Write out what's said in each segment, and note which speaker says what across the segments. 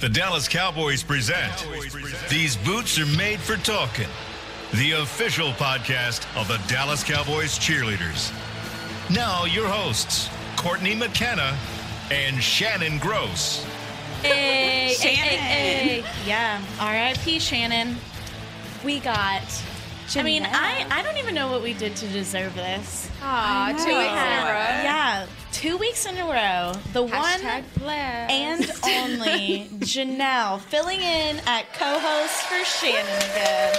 Speaker 1: The Dallas Cowboys present These Boots Are Made for Talking, the official podcast of the Dallas Cowboys cheerleaders. Now, your hosts, Courtney McKenna and Shannon Gross.
Speaker 2: Hey,
Speaker 3: Shannon.
Speaker 2: hey, hey, hey.
Speaker 3: Yeah.
Speaker 2: R.I.P. Shannon. We got. I mean, I, I don't even know what we did to deserve this.
Speaker 3: Aw,
Speaker 2: two weeks in a row.
Speaker 3: Yeah.
Speaker 2: Two weeks in a row, the one and only Janelle filling in at co-host for Shannon again.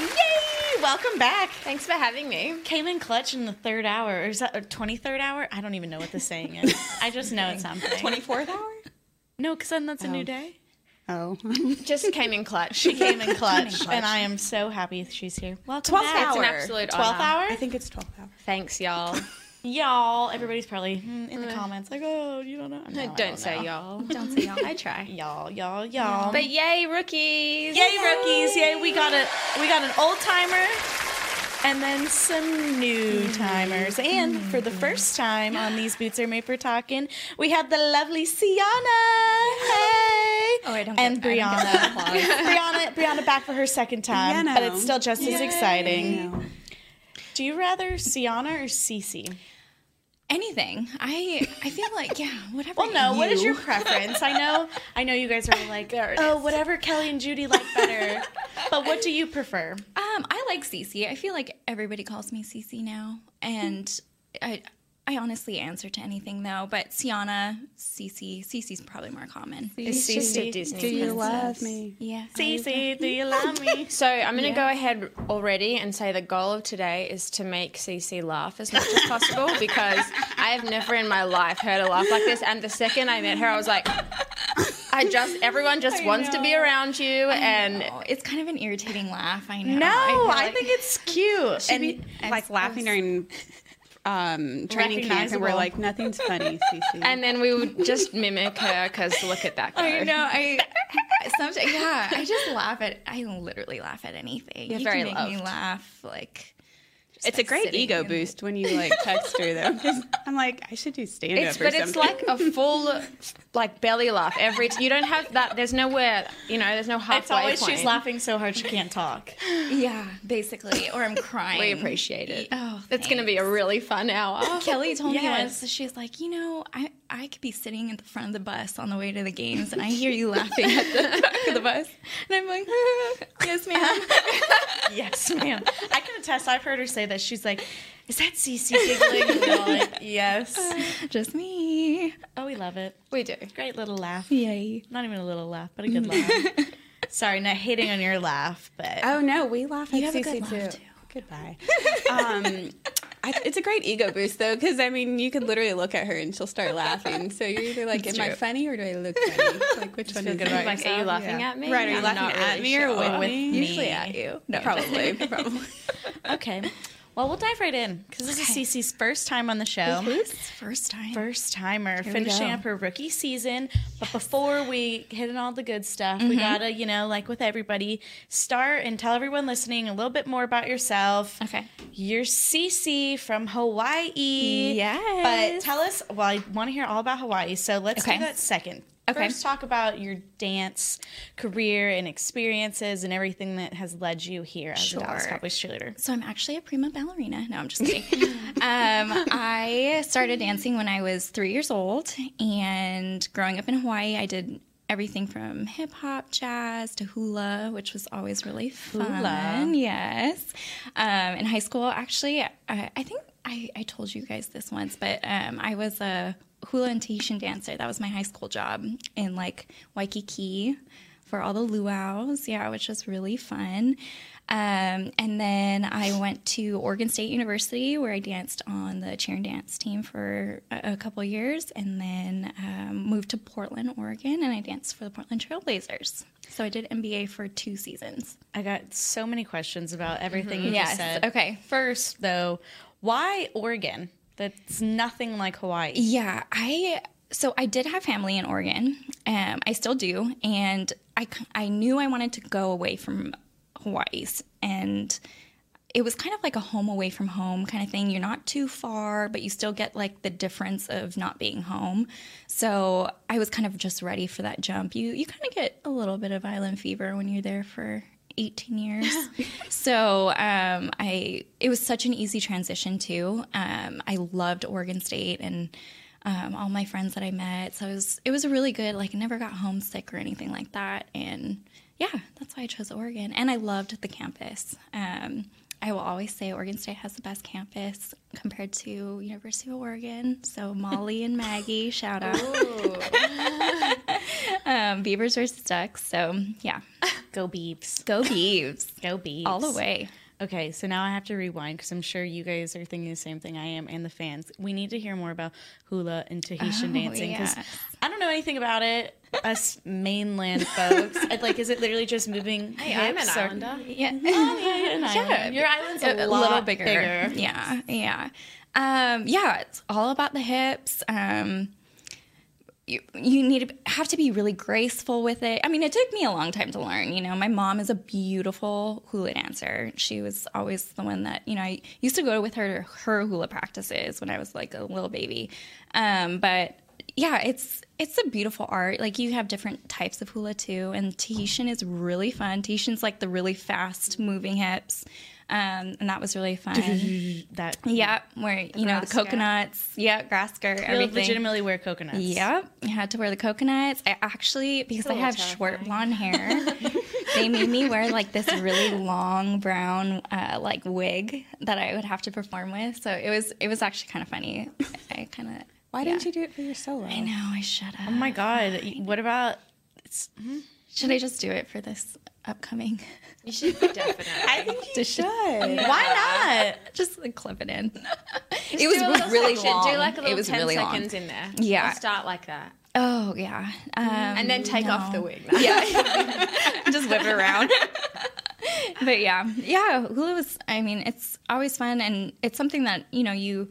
Speaker 2: Yay! Welcome back.
Speaker 3: Thanks for having me.
Speaker 2: Came in clutch in the third hour, or is that twenty third hour? I don't even know what the saying is. I just know it's something.
Speaker 3: Twenty-fourth hour.
Speaker 2: No, because then that's a new day.
Speaker 4: Oh,
Speaker 3: Just came in clutch.
Speaker 2: She came in clutch, and I am so happy she's here. Welcome
Speaker 4: Twelfth
Speaker 2: back.
Speaker 3: It's an uh,
Speaker 4: hour.
Speaker 3: absolute
Speaker 2: 12th
Speaker 3: honor.
Speaker 2: hour?
Speaker 4: I think it's 12 hours.
Speaker 3: Thanks, y'all.
Speaker 2: y'all, everybody's probably mm, in the comments like, oh, you don't know. No, I
Speaker 3: Uh, don't say
Speaker 2: know.
Speaker 3: y'all. Don't say y'all. I try.
Speaker 2: Y'all, y'all, y'all.
Speaker 3: But yay, rookies.
Speaker 2: yay, rookies! Yay, we got a we got an old timer, and then some new timers. And for the first time on these boots are made for talking, we have the lovely Sienna. Hey.
Speaker 3: Oh, I don't
Speaker 2: And
Speaker 3: get- I don't get
Speaker 2: Brianna. Brianna, Brianna back for her second time,
Speaker 4: Sienna.
Speaker 2: but it's still just as exciting.
Speaker 4: No.
Speaker 2: Do you rather Sienna or Cece?
Speaker 5: anything. I I feel like yeah, whatever.
Speaker 2: Well, no. What is
Speaker 5: you-
Speaker 2: your preference? I know, I know. You guys are all like, oh, whatever Kelly and Judy like better. but what do you prefer?
Speaker 5: Um, I like Cece. I feel like everybody calls me Cece now, and I I honestly answer to anything though. But Sienna, Cece, Cece's probably more common.
Speaker 3: It's just a Disney.
Speaker 4: Do you
Speaker 3: princess.
Speaker 4: love me?
Speaker 5: Yeah.
Speaker 2: Cece, do you love me?
Speaker 3: So I'm gonna go ahead already and say the goal of today is to make CC laugh as much as possible because I have never in my life heard her laugh like this. And the second I met her, I was like, I just everyone just wants to be around you, and
Speaker 5: Oh, it's kind of an irritating laugh. I know.
Speaker 2: No,
Speaker 5: feel
Speaker 2: Oh, I,
Speaker 5: like
Speaker 2: think it's cute. And
Speaker 4: Be, like laughing during um, training camp, and
Speaker 2: Recognizable.
Speaker 4: we're like, nothing's funny, Cece.
Speaker 3: and then we would just mimic her because look at that guy.
Speaker 5: I know. I sometimes yeah. I just laugh at. I literally laugh at anything.
Speaker 3: You're
Speaker 5: you
Speaker 3: very
Speaker 5: can make me
Speaker 3: loved.
Speaker 5: laugh. Like just
Speaker 4: it's a
Speaker 5: by
Speaker 4: great
Speaker 5: sitting
Speaker 4: ego
Speaker 5: in the-
Speaker 4: boost when you like text her, though. 'Cause I'm like, I should do stand up
Speaker 3: It's, but it's like a full, like belly laugh every. T- you don't have that. There's nowhere. You know. There's no halfway
Speaker 2: it's always
Speaker 3: point.
Speaker 2: she's laughing so hard she can't talk.
Speaker 5: Yeah, basically. Or I'm crying.
Speaker 3: We appreciate it.
Speaker 5: Oh,
Speaker 3: it's going to be
Speaker 5: thanks.
Speaker 3: a really fun hour.
Speaker 5: Kelly told me
Speaker 2: Yes.
Speaker 5: once, she was like, you know, I, I could be sitting at the front of the bus on the way to the games and I hear you laughing at the back of the bus. And I'm like, yes, ma'am.
Speaker 2: yes, ma'am. I can attest. I've heard her say that. She's like, is that Cece giggling? And we're all like, yes.
Speaker 5: Just me.
Speaker 2: Oh, we love it.
Speaker 3: We do.
Speaker 2: Great little laugh.
Speaker 5: Yay.
Speaker 2: Not even a little laugh, but a good laugh. Sorry, not hating on your laugh, but
Speaker 4: oh no, we laugh at
Speaker 5: You have a
Speaker 4: Cece
Speaker 5: good
Speaker 4: too.
Speaker 5: laugh, too.
Speaker 4: Goodbye. um, I, it's a great ego boost though, because I mean, you could literally look at her and she'll start laughing. So you're either like, "Am I funny or do I look funny?" Like, which one is
Speaker 2: good
Speaker 4: it?
Speaker 2: about
Speaker 3: Like, are you laughing
Speaker 4: Yeah.
Speaker 3: at me?
Speaker 4: Right? Are you
Speaker 3: I'm
Speaker 4: laughing
Speaker 3: not
Speaker 4: at
Speaker 3: really
Speaker 4: me or
Speaker 3: sure.
Speaker 4: with me?
Speaker 5: Usually at you. No,
Speaker 4: Probably, probably.
Speaker 2: Okay. Well, we'll dive right in because this
Speaker 5: Okay.
Speaker 2: is Cece's first time on the show.
Speaker 5: First time.
Speaker 2: First timer,
Speaker 5: we
Speaker 2: finishing
Speaker 5: go.
Speaker 2: up her rookie season. But before we hit on all the good stuff,
Speaker 5: Mm-hmm.
Speaker 2: we gotta, you know, like with everybody, start and tell everyone listening a little bit more about yourself.
Speaker 5: Okay.
Speaker 2: You're Cece from Hawaii. But
Speaker 5: Yes.
Speaker 2: tell us, well, I want to hear all about Hawaii. So let's
Speaker 5: Okay.
Speaker 2: do that second.
Speaker 5: Okay.
Speaker 2: First, talk about your dance career and experiences and everything that has led you here as a Dallas
Speaker 5: Sure.
Speaker 2: Cowboys cheerleader.
Speaker 5: So I'm actually a prima ballerina. No, I'm just kidding. um, I started dancing when I was three years old, and growing up in Hawaii, I did everything from hip hop, jazz to hula, which was always really fun. Yes. Um, in high school, actually, I, I think I, I told you guys this once, but um, I was a hula and tahitian dancer. That was my high school job in like Waikiki for all the luau's, yeah, which was really fun. Um, and then I went to Oregon State University where I danced on the cheer and dance team for a, a couple years, and then um, moved to Portland, Oregon, and I danced for the Portland Trailblazers. So I did MBA for two seasons.
Speaker 2: I got so many questions about everything you just
Speaker 5: Mm-hmm. Yes.
Speaker 2: said.
Speaker 5: Okay.
Speaker 2: First, though, why Oregon? That's nothing like Hawaii.
Speaker 5: Yeah, I so I did have family in Oregon. Um, I still do, and I c- I knew I wanted to go away from Hawaii, and it was kind of like a home away from home kind of thing. You're not too far, but you still get like the difference of not being home. So I was kind of just ready for that jump. You you kind of get a little bit of island fever when you're there for 18 years. so um, I it was such an easy transition too. Um, I loved Oregon State and um, all my friends that I met. So it was it was really good. Like I never got homesick or anything like that. And yeah, that's why I chose Oregon. And I loved the campus. Um, I will always say Oregon State has the best campus compared to University of Oregon. So Molly and Maggie, shout out. um, Beavers versus Ducks. So yeah,
Speaker 2: Go Beeps.
Speaker 5: go Beavs
Speaker 2: Go Beeps.
Speaker 5: all the way.
Speaker 2: Okay, so now I have to rewind because I'm sure you guys are thinking the same thing I am and the fans. We need to hear more about hula and Tahitian dancing because
Speaker 5: Oh, yes.
Speaker 2: I don't know anything about it. Us mainland folks, I'd like, is it literally just moving? Hey,
Speaker 3: I'm an islander.
Speaker 5: Yeah.
Speaker 2: yeah, your island's a,
Speaker 5: a
Speaker 2: lot
Speaker 5: little bigger. Yeah, yeah, um, yeah. It's all about the hips. Um, you, you need to have to be really graceful with it. I mean, it took me a long time to learn. You know, my mom is a beautiful hula dancer. She was always the one that you know I used to go with her to her hula practices when I was like a little baby. Um, but yeah, it's it's a beautiful art. Like you have different types of hula too, and Tahitian is really fun. Tahitian's like the really fast moving hips, um, and that was really fun.
Speaker 2: That
Speaker 5: yeah, where you know the
Speaker 3: grass skirt.
Speaker 5: coconuts, yeah, grass skirt,
Speaker 2: you
Speaker 5: everything.
Speaker 2: legitimately wear coconuts.
Speaker 5: Yep, I had to wear the coconuts. I actually, because I have short blonde hair, they made me wear like this really long brown uh, like wig that I would have to perform with. So it was it was actually kind of funny. I kind of
Speaker 4: Why didn't you do it for your solo?
Speaker 5: I know I should have.
Speaker 2: Oh my god, what about?
Speaker 5: Should I just do it for this upcoming?
Speaker 3: You should definitely.
Speaker 2: I think
Speaker 4: You should.
Speaker 2: why not?
Speaker 5: Just like, clip it in. it was really long.
Speaker 3: Do like a little
Speaker 5: it was
Speaker 3: 10
Speaker 5: really long.
Speaker 3: seconds in there.
Speaker 5: Yeah.
Speaker 3: Or start like that.
Speaker 5: Oh yeah. Um,
Speaker 3: And then take off the wig.
Speaker 5: just whip it around. but yeah, yeah, hula was. I mean, it's always fun, and it's something that you know you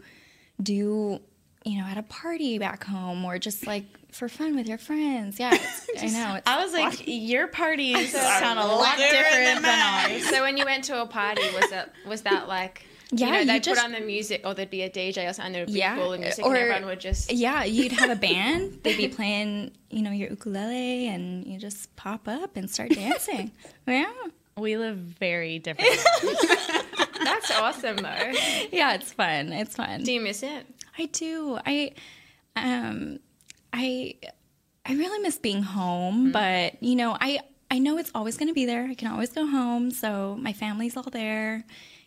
Speaker 5: do, you know, at a party back home or just like for fun with your friends. Yeah, it's, I know. It's,
Speaker 2: I was like, your parties sound a lot different than ours.
Speaker 3: So when you went to a party, was it was that like
Speaker 5: Yeah,
Speaker 3: you know,
Speaker 5: you
Speaker 3: they'd
Speaker 5: just-
Speaker 3: put on the music or there'd be a DJ or something, there'd be
Speaker 5: Yeah,
Speaker 3: full of music
Speaker 5: or-
Speaker 3: and everyone would just
Speaker 5: yeah, you'd have a band. They'd be playing, you know, your ukulele, and you just pop up and start dancing. yeah,
Speaker 2: We live very different.
Speaker 3: That's awesome though.
Speaker 5: yeah, it's fun. It's fun.
Speaker 3: Do you miss it?
Speaker 5: I do. I um I I really miss being
Speaker 2: Mm-hmm.
Speaker 5: home, but you know, I I know it's always going to be there. I can always go home, so my family's all there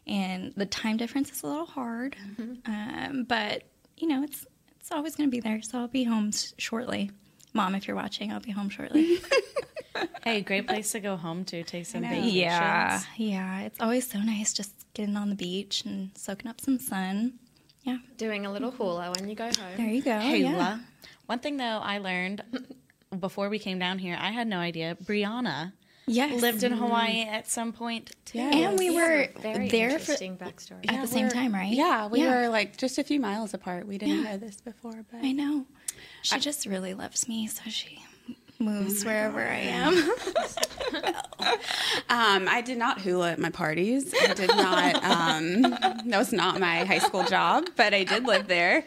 Speaker 5: and the time difference is a little hard.
Speaker 2: Mm-hmm.
Speaker 5: Um but you know, it's it's always going to be there, so I'll be home s- shortly. Mom, if you're watching, I'll be home shortly.
Speaker 2: hey, great place to go home to take some vacations.
Speaker 5: Yeah, it's always so nice just getting on the beach and soaking up some sun. Yeah.
Speaker 3: Doing a little hula when you go home.
Speaker 5: There you go.
Speaker 2: Hey,
Speaker 5: yeah.
Speaker 2: La. Oh, One thing though, I learned before we came down here, I had no idea. Brianna
Speaker 5: Yes. Mm.
Speaker 2: lived in Hawaii at some point too.
Speaker 5: and we were
Speaker 3: Very
Speaker 5: there for
Speaker 3: interesting backstory.
Speaker 5: at the same time, right?
Speaker 4: Yeah, we were like just a few miles apart. We didn't know this before, but
Speaker 5: I know. She just really loves me, so she moves
Speaker 4: Oh
Speaker 5: wherever I am.
Speaker 4: Um, I did not hula at my parties. I did not. Um, that was not my high school job, but I did live there.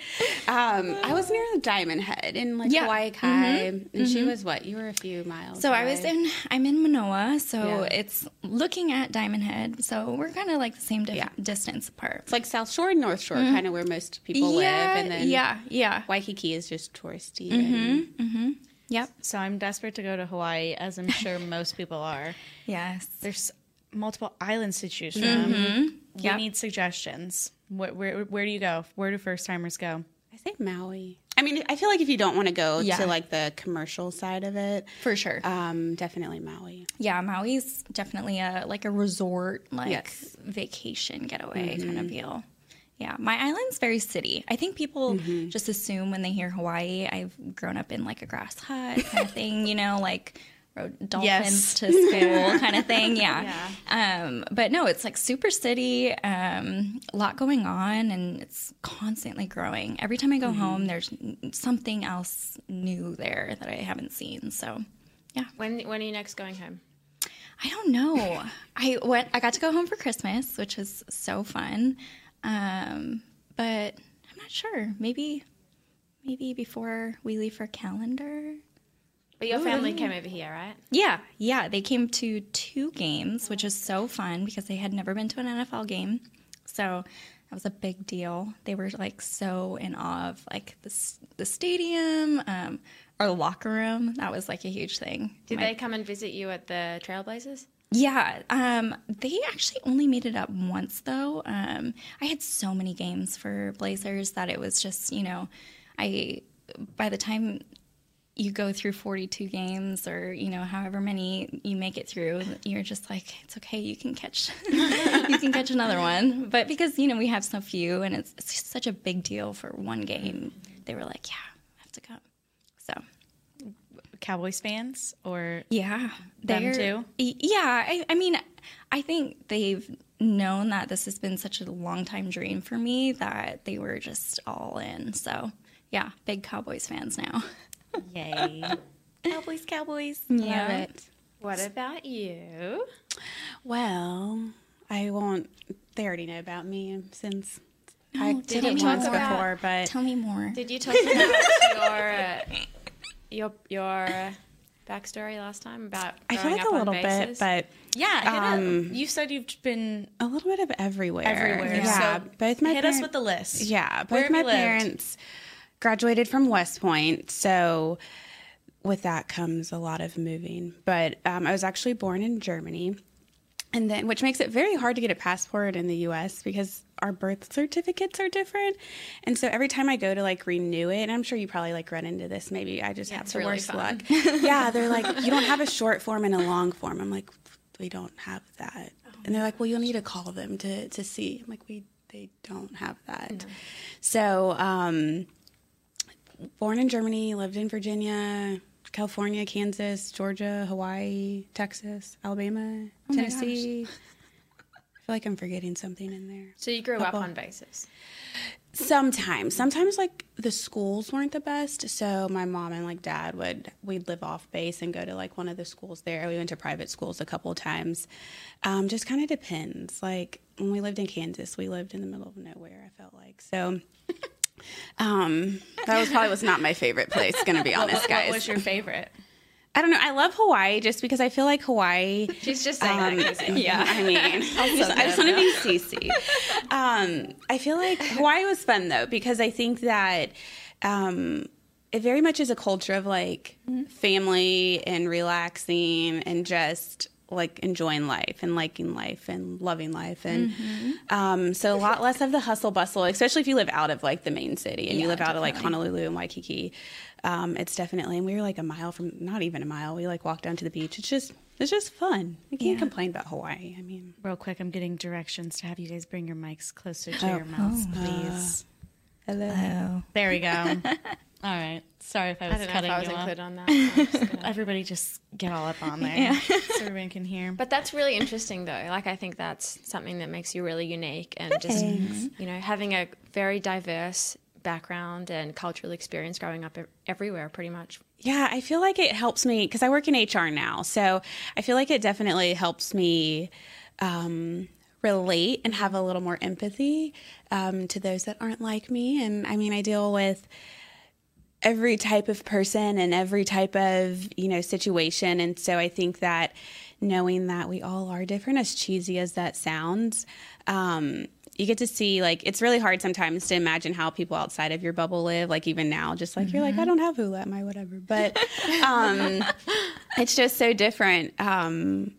Speaker 4: Um, I was near the Diamond Head in like
Speaker 5: Yeah. Mm-hmm.
Speaker 4: Hawaii Kai, and she was what? You were a few miles.
Speaker 5: So I was
Speaker 4: away.
Speaker 5: in I'm in Manoa, so
Speaker 4: Yeah.
Speaker 5: it's looking at Diamond Head. So we're kind of like the same dif-
Speaker 4: Yeah.
Speaker 5: distance apart.
Speaker 4: It's like South Shore and North Shore, kind of where most people live, and then
Speaker 5: Mm-hmm. yeah, Mm-hmm. yeah.
Speaker 4: Waikiki is just touristy. And
Speaker 5: Yep.
Speaker 2: So I'm desperate to go to Hawaii, as I'm sure most people are.
Speaker 5: Yes.
Speaker 2: There's multiple islands to choose from. We
Speaker 5: Mm-hmm. Yep.
Speaker 2: need suggestions. Where, where where do you go? Where do first timers go?
Speaker 4: I say Maui. I mean, I feel like if you don't want to go
Speaker 5: Yeah.
Speaker 4: to like the commercial side of it,
Speaker 5: For sure.
Speaker 4: um, definitely Maui.
Speaker 5: yeah, Maui's definitely a like a resort like
Speaker 4: Yes.
Speaker 5: vacation getaway kind of deal. Yeah, my island's very city. I think people just assume when they hear Hawaii, I've grown up in like a grass hut kind of thing, you know, like rode dolphins
Speaker 2: Yes.
Speaker 5: to school kind of thing. Yeah. Um, but no, it's like super city, um, a lot going on, and it's constantly growing. Every time I go home, there's n- something else new there that I haven't seen. So
Speaker 3: When when are you next going home?
Speaker 5: I don't know. I went. I got to go home for Christmas, which was so fun. Um, but I'm not sure. Maybe, maybe before we leave for calendar.
Speaker 3: But your family came over here, right?
Speaker 5: Yeah, yeah. They came to two games, which was so fun because they had never been to an NFL game. So that was a big deal. They were like so in awe of like the s- the stadium, um, our locker room. That was like a huge thing.
Speaker 3: Did
Speaker 5: My-
Speaker 3: they come and visit you at the Trailblazers?
Speaker 5: yeah, um, they actually only made it up once though. Um, I had so many games for Blazers that it was just you know, I by the time you go through 42 games or you know however many you make it through you're just like it's okay you can catch you can catch another one but because you know we have so few and it's, it's just such a big deal for one game they were like yeah i have to come so
Speaker 2: Cowboys fans or
Speaker 5: yeah,
Speaker 2: Them
Speaker 5: they're-
Speaker 2: too?
Speaker 5: y- Yeah, I, I mean, I think they've known that this has been such a long time dream for me that they were just all in. So yeah, big Cowboys fans now.
Speaker 2: yay. Cowboys, Cowboys.
Speaker 5: Yeah.
Speaker 3: What about you?
Speaker 4: Well, I won't. They already know about me since I
Speaker 5: No,
Speaker 4: did
Speaker 5: tell
Speaker 4: it
Speaker 5: me
Speaker 4: once
Speaker 5: more.
Speaker 4: before, but
Speaker 5: Tell me more.
Speaker 3: Did you talk about your uh, your your uh, backstory last time about?
Speaker 4: I feel
Speaker 3: growing
Speaker 4: like
Speaker 3: up
Speaker 4: a
Speaker 3: on
Speaker 4: little
Speaker 3: bases?
Speaker 4: bit, but
Speaker 2: Yeah, hit up.
Speaker 4: Um,
Speaker 2: you said you've been
Speaker 4: a little bit of everywhere.
Speaker 2: everywhere.
Speaker 4: Yeah,
Speaker 2: So
Speaker 4: both my
Speaker 2: hit
Speaker 4: parents,
Speaker 2: us with the list.
Speaker 4: yeah,
Speaker 2: Where
Speaker 4: both
Speaker 2: have
Speaker 4: my
Speaker 2: you lived?
Speaker 4: parents graduated from West Point, so with that comes a lot of moving. But um, I was actually born in Germany. and then which makes it very hard to get a passport in the US because our birth certificates are different. And so every time I go to like renew it, and I'm sure you probably like run into this maybe I just have
Speaker 3: it's
Speaker 4: the
Speaker 3: really
Speaker 4: worst
Speaker 3: fun.
Speaker 4: luck. yeah, they're like you don't have a short form and a long form. I'm like we don't have that.
Speaker 3: Oh,
Speaker 4: and they're like well you'll need to call them to to see. I'm like we they don't have that. So, um born in Germany, lived in Virginia, California, Kansas, Georgia, Hawaii, Texas,
Speaker 2: Oh
Speaker 4: Alabama, Tennessee. I feel like I'm forgetting something in there.
Speaker 3: So you grew up
Speaker 4: Couple.
Speaker 3: on bases.
Speaker 4: Sometimes, sometimes like the schools weren't the best, so my mom and like dad would we'd live off base and go to like one of the schools there. We went to private schools a couple times. Um, just kind of depends. Like when we lived in Kansas, we lived in the middle of nowhere. I felt like so. Um, that was probably was not my favorite place. Gonna be honest, guys.
Speaker 2: What was your favorite?
Speaker 4: I don't know. I love Hawaii just because I feel like Hawaii.
Speaker 3: She's just
Speaker 4: Um,
Speaker 3: saying that 'cause it-
Speaker 4: Yeah, I mean, I just, I just want to be CC. Um, I feel like Hawaii was fun though because I think that um, it very much is a culture of like family and relaxing and just like enjoying life and liking life and loving life and um, so a lot less of the hustle bustle, especially if you live out of like the main city and you
Speaker 5: Yeah,
Speaker 4: live out of like Honolulu and Waikiki. Um, it's definitely, and we were like a mile from, not even a mile. We like walked down to the beach. It's just, it's just fun. I can't complain about Hawaii. I mean,
Speaker 2: Real quick, I'm getting directions to have you guys bring your mics closer
Speaker 4: Oh.
Speaker 2: to your mouths, please.
Speaker 4: hello.
Speaker 5: Oh.
Speaker 2: There we go. All right. Sorry if I
Speaker 3: I
Speaker 2: was
Speaker 3: don't know
Speaker 2: cutting
Speaker 3: if I was
Speaker 2: you off.
Speaker 3: included on that. I'm just gonna-
Speaker 2: Everybody just get all up on there so everyone can hear.
Speaker 3: But that's really interesting, though. Like, I think that's something that makes you really unique, and just you know, having a very diverse background and cultural experience growing up e- everywhere, pretty much.
Speaker 4: Yeah, I feel like it helps me because I work in HR now. So I feel like it definitely helps me um, relate and have a little more empathy um, to those that aren't like me. And I mean, I deal with every type of person and every type of, you know, situation. And so I think that knowing that we all are different, as cheesy as that sounds, um, you get to see like it's really hard sometimes to imagine how people outside of your bubble live like even now just like you're like i don't have hula at my whatever but um it's just so different um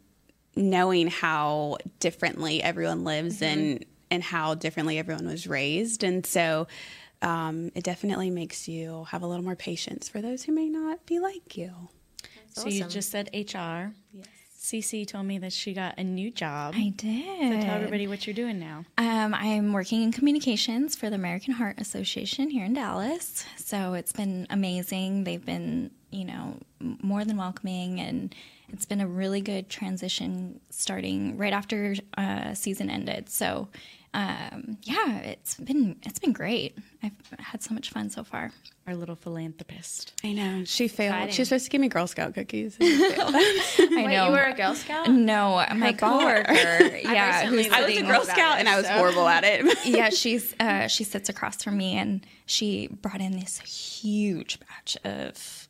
Speaker 4: knowing how differently everyone lives and and how differently everyone was raised and so um it definitely makes you have a little more patience for those who may not be like you
Speaker 2: so you just said HR. Yes. Cece told me that she got a new job.
Speaker 5: I did.
Speaker 2: Tell everybody what you're doing now.
Speaker 5: Um, I'm working in communications for the American Heart Association here in Dallas. So it's been amazing. They've been, you know, m- more than welcoming, and it's been a really good transition starting right after uh, season ended. So um, yeah, it's been it's been great. I've had so much fun so far.
Speaker 2: Our little philanthropist.
Speaker 4: I know. She failed.
Speaker 3: Exciting.
Speaker 4: She was supposed to give me Girl Scout cookies.
Speaker 5: I
Speaker 3: Wait,
Speaker 5: know
Speaker 3: you were a Girl Scout?
Speaker 5: No, my coworker. yeah,
Speaker 3: recently
Speaker 5: who's
Speaker 3: I was a
Speaker 5: sitting-
Speaker 3: Girl
Speaker 4: Scout and I was
Speaker 3: So-
Speaker 4: horrible at it.
Speaker 5: yeah, she's uh, she sits across from me, and she brought in this huge batch of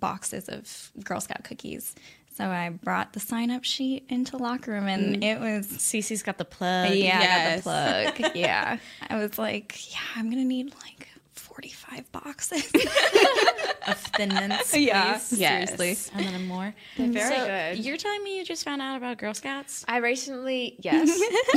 Speaker 5: boxes of Girl Scout cookies. So I brought the sign up sheet into locker room, and
Speaker 3: Mm.
Speaker 5: it was
Speaker 2: Cece's got the
Speaker 3: Uh,
Speaker 2: plug.
Speaker 5: yeah,
Speaker 4: yes.
Speaker 5: I got the plug. yeah, I was like, yeah, I'm gonna need like 45 boxes.
Speaker 2: Of thinness.
Speaker 5: yeah,
Speaker 2: please.
Speaker 5: seriously.
Speaker 4: Yes.
Speaker 2: And then more.
Speaker 3: very
Speaker 2: So,
Speaker 3: good.
Speaker 2: You're telling me you just found out about Girl Scouts?
Speaker 3: I recently, yes.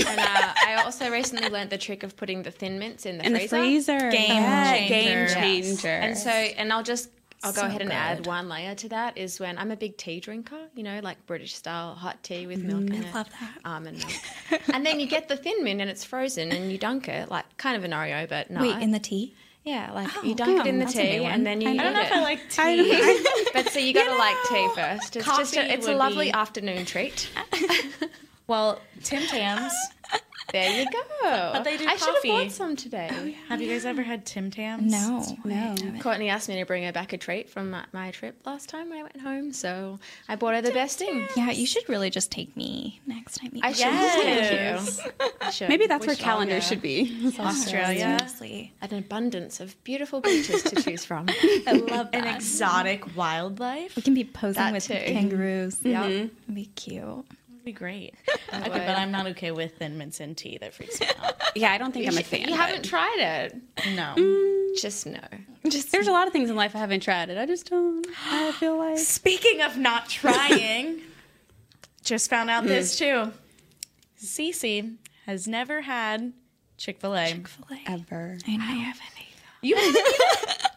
Speaker 3: and uh, I also recently learned the trick of putting the thin mints in the
Speaker 4: In the
Speaker 3: freezer.
Speaker 4: freezer. Oh,
Speaker 2: Game changer.
Speaker 4: Game
Speaker 2: Yes.
Speaker 4: changer.
Speaker 3: And so, and I'll just, I'll go
Speaker 5: So
Speaker 3: ahead and add
Speaker 5: good.
Speaker 3: one layer to that is when I'm a big tea drinker, you know, like British style hot tea with milk in it.
Speaker 5: love that.
Speaker 3: Almond milk. and then you get the thin mint and it's frozen and you dunk it, like kind of an Oreo, but not.
Speaker 5: Wait, in the tea?
Speaker 3: yeah, like you dunk it in the
Speaker 5: that's a new
Speaker 3: tea
Speaker 5: one.
Speaker 3: and then you
Speaker 4: I
Speaker 3: eat
Speaker 4: don't
Speaker 2: I don't know
Speaker 3: it.
Speaker 2: if I like tea.
Speaker 3: But so you gotta like tea first. It's just
Speaker 2: coffee
Speaker 3: a, it's a
Speaker 2: would
Speaker 3: lovely
Speaker 2: be-
Speaker 3: afternoon treat.
Speaker 2: well, Tim Tams.
Speaker 3: There you go. But
Speaker 2: they do
Speaker 3: I should have
Speaker 2: coffee.
Speaker 3: bought some today.
Speaker 2: Have you guys ever had Tim Tams?
Speaker 5: No,
Speaker 4: no.
Speaker 3: Courtney asked me to bring her back a treat from my, my trip last time when I went home, so I bought her the best thing.
Speaker 5: Yeah, you should really just take me next time. You
Speaker 3: I should.
Speaker 2: Yes.
Speaker 3: Thank you. I should.
Speaker 4: Maybe that's
Speaker 3: We
Speaker 4: where
Speaker 3: should
Speaker 4: calendars
Speaker 3: have
Speaker 4: should be.
Speaker 2: Australia.
Speaker 5: Seriously.
Speaker 3: An abundance of beautiful beaches to choose from.
Speaker 2: I love An exotic wildlife.
Speaker 5: We can be posing
Speaker 3: That
Speaker 5: with
Speaker 3: too. Mm-hmm.
Speaker 5: kangaroos.
Speaker 3: Yeah.
Speaker 5: It'd be cute.
Speaker 2: That'd be great. okay, but I'm not okay with thin mints and tea. That freaks me out.
Speaker 4: Yeah, I don't think I'm a fan.
Speaker 3: You haven't tried it.
Speaker 2: No.
Speaker 3: Just no.
Speaker 4: Just, There's a lot of things in life I haven't tried it. I just don't. I feel like
Speaker 2: Speaking of not trying, just found out this too. Cece has never had Chick fil A.
Speaker 4: ever.
Speaker 5: I know. I haven't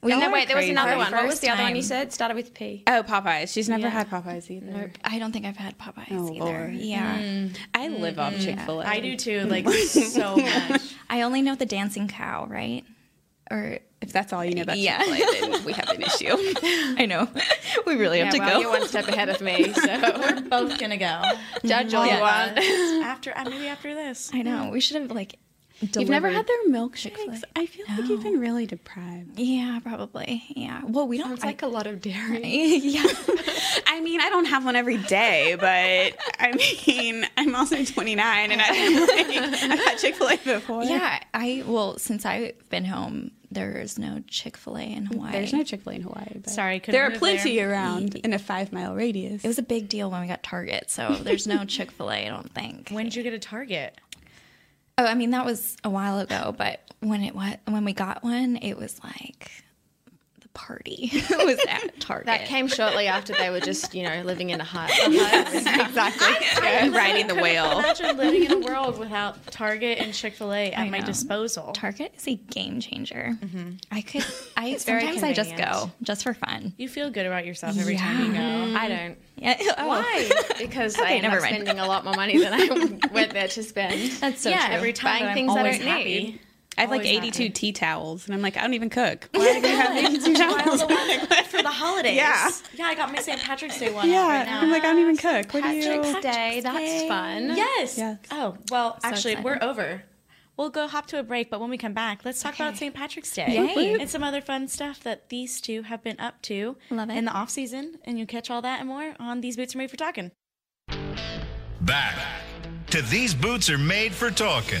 Speaker 3: We no,
Speaker 4: are
Speaker 3: wait, there was
Speaker 4: crazy.
Speaker 3: another one. What was
Speaker 2: First
Speaker 3: the other one you
Speaker 2: time.
Speaker 3: said? Started with P.
Speaker 4: Oh, Popeyes. She's never had Popeyes either.
Speaker 5: I don't think I've had Popeyes
Speaker 4: Oh,
Speaker 5: either.
Speaker 4: Lord.
Speaker 5: Yeah.
Speaker 4: I live off Chick Fil A.
Speaker 2: I do too, like so much.
Speaker 5: I only know the dancing cow, right? Or
Speaker 4: If that's all you know about
Speaker 5: Yeah.
Speaker 4: Chick Fil A, then we have an issue.
Speaker 5: I know. we really
Speaker 3: Yeah,
Speaker 5: have to
Speaker 3: well,
Speaker 5: go.
Speaker 3: you're one step ahead of me, so
Speaker 2: We're both gonna go.
Speaker 3: judge all you want.
Speaker 2: after uh, maybe after this.
Speaker 5: I know. We should have like delivered.
Speaker 4: You've never had their milkshakes. I feel like you've been really deprived.
Speaker 5: Yeah, probably. Yeah. Well, we don't
Speaker 3: It's like a lot of dairy.
Speaker 5: yeah.
Speaker 4: I mean, I don't have one every day, but I mean, I'm also 29 and I'm like, I've had Chick Fil A before.
Speaker 5: Yeah, I well, since I've been home, there's no Chick-fil-A in Hawaii.
Speaker 4: There's no Chick Fil A in Hawaii. But
Speaker 2: Sorry, couldn't
Speaker 4: there are
Speaker 2: move
Speaker 4: plenty
Speaker 2: there.
Speaker 4: around in a five mile radius.
Speaker 5: it was a big deal when we got Target, so there's no Chick-fil-A, I don't think.
Speaker 2: When did you get a Target?
Speaker 5: Oh, I mean that was a while ago, but when it was when we got one, it was like the party was at Target.
Speaker 3: That came shortly after they were just, you know, living in a hut.
Speaker 4: exactly riding the
Speaker 5: Oh.
Speaker 4: whale.
Speaker 2: Imagine living in a world without Target and Chick Fil A at
Speaker 5: I
Speaker 2: my
Speaker 5: know.
Speaker 2: disposal.
Speaker 5: Target is a game changer. I could. I
Speaker 2: very
Speaker 5: sometimes I just go
Speaker 2: convenient.
Speaker 5: just for fun.
Speaker 2: you feel good about yourself every time you go.
Speaker 3: I don't.
Speaker 5: Yeah. Oh,
Speaker 3: Mm. Why? Because I
Speaker 5: Okay,
Speaker 3: end up
Speaker 5: never mind.
Speaker 3: spending a lot more money than I went there to spend.
Speaker 5: That's so
Speaker 2: yeah,
Speaker 5: true.
Speaker 2: every time
Speaker 3: Buying
Speaker 2: that I'm
Speaker 3: things I
Speaker 2: always
Speaker 3: don't
Speaker 2: happy.
Speaker 3: need.
Speaker 4: I have like
Speaker 2: Always
Speaker 4: 82 tea towels, and I'm like, I don't even cook. Why do you have 82 towels?
Speaker 2: for the holidays.
Speaker 4: Yeah.
Speaker 2: Yeah, I got my St. Patrick's Day one out
Speaker 4: yeah,
Speaker 2: right now.
Speaker 4: I'm like, I don't even cook. What do
Speaker 3: Patrick's
Speaker 4: you?
Speaker 3: Day. That's fun.
Speaker 2: yes.
Speaker 4: Yes.
Speaker 2: Oh, well, actually,
Speaker 5: excited.
Speaker 2: we're over. We'll go hop to a break, but when we come back, let's talk about St. Patrick's Day
Speaker 5: Yay.
Speaker 2: and some other fun stuff that these two have been up to
Speaker 5: Love it.
Speaker 2: in the off season. And you catch all that and more on These Boots Are Made for Talking.
Speaker 1: Back to These Boots Are Made for Talking.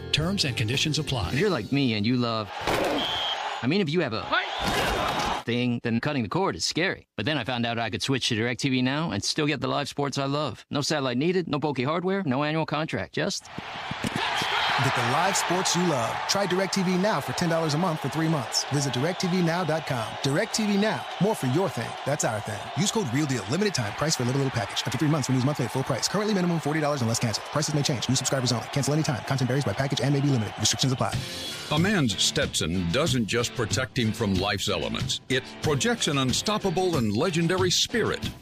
Speaker 6: Terms and conditions apply.
Speaker 7: If you're like me and you love. I mean, if you have a thing, then cutting the cord is scary. But then I found out I could switch to DirecTV Now and still get the live sports I love. No satellite needed, no bulky hardware, no annual contract, just
Speaker 8: Get the live sports you love. Try DirecTV Now for $10 a month for three months. Visit DirecTVNow.com. DirecTV Now. More for your thing. That's our thing. Use code REALDEAL. Limited time. Price for a little, little package. After three months, renews monthly at full price. Currently minimum $40 unless canceled. Prices may change. New subscribers only. Cancel anytime. Content varies by package and may be limited. Restrictions apply.
Speaker 9: A man's Stetson doesn't just protect him from life's elements, it projects an unstoppable and legendary spirit,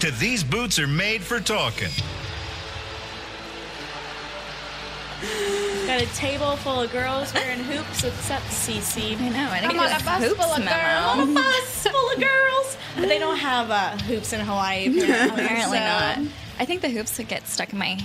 Speaker 1: to These Boots Are Made for Talking.
Speaker 2: Got a table full of girls wearing hoops except Cece.
Speaker 5: I know. I didn't
Speaker 3: I'm
Speaker 5: get
Speaker 3: on a
Speaker 5: this
Speaker 3: bus
Speaker 5: hoops
Speaker 3: full of
Speaker 5: memo.
Speaker 2: I'm on a bus full of girls. But they don't have uh, hoops in Hawaii. Apparently,
Speaker 5: Apparently
Speaker 2: so-
Speaker 5: not. I think the hoops would get stuck in my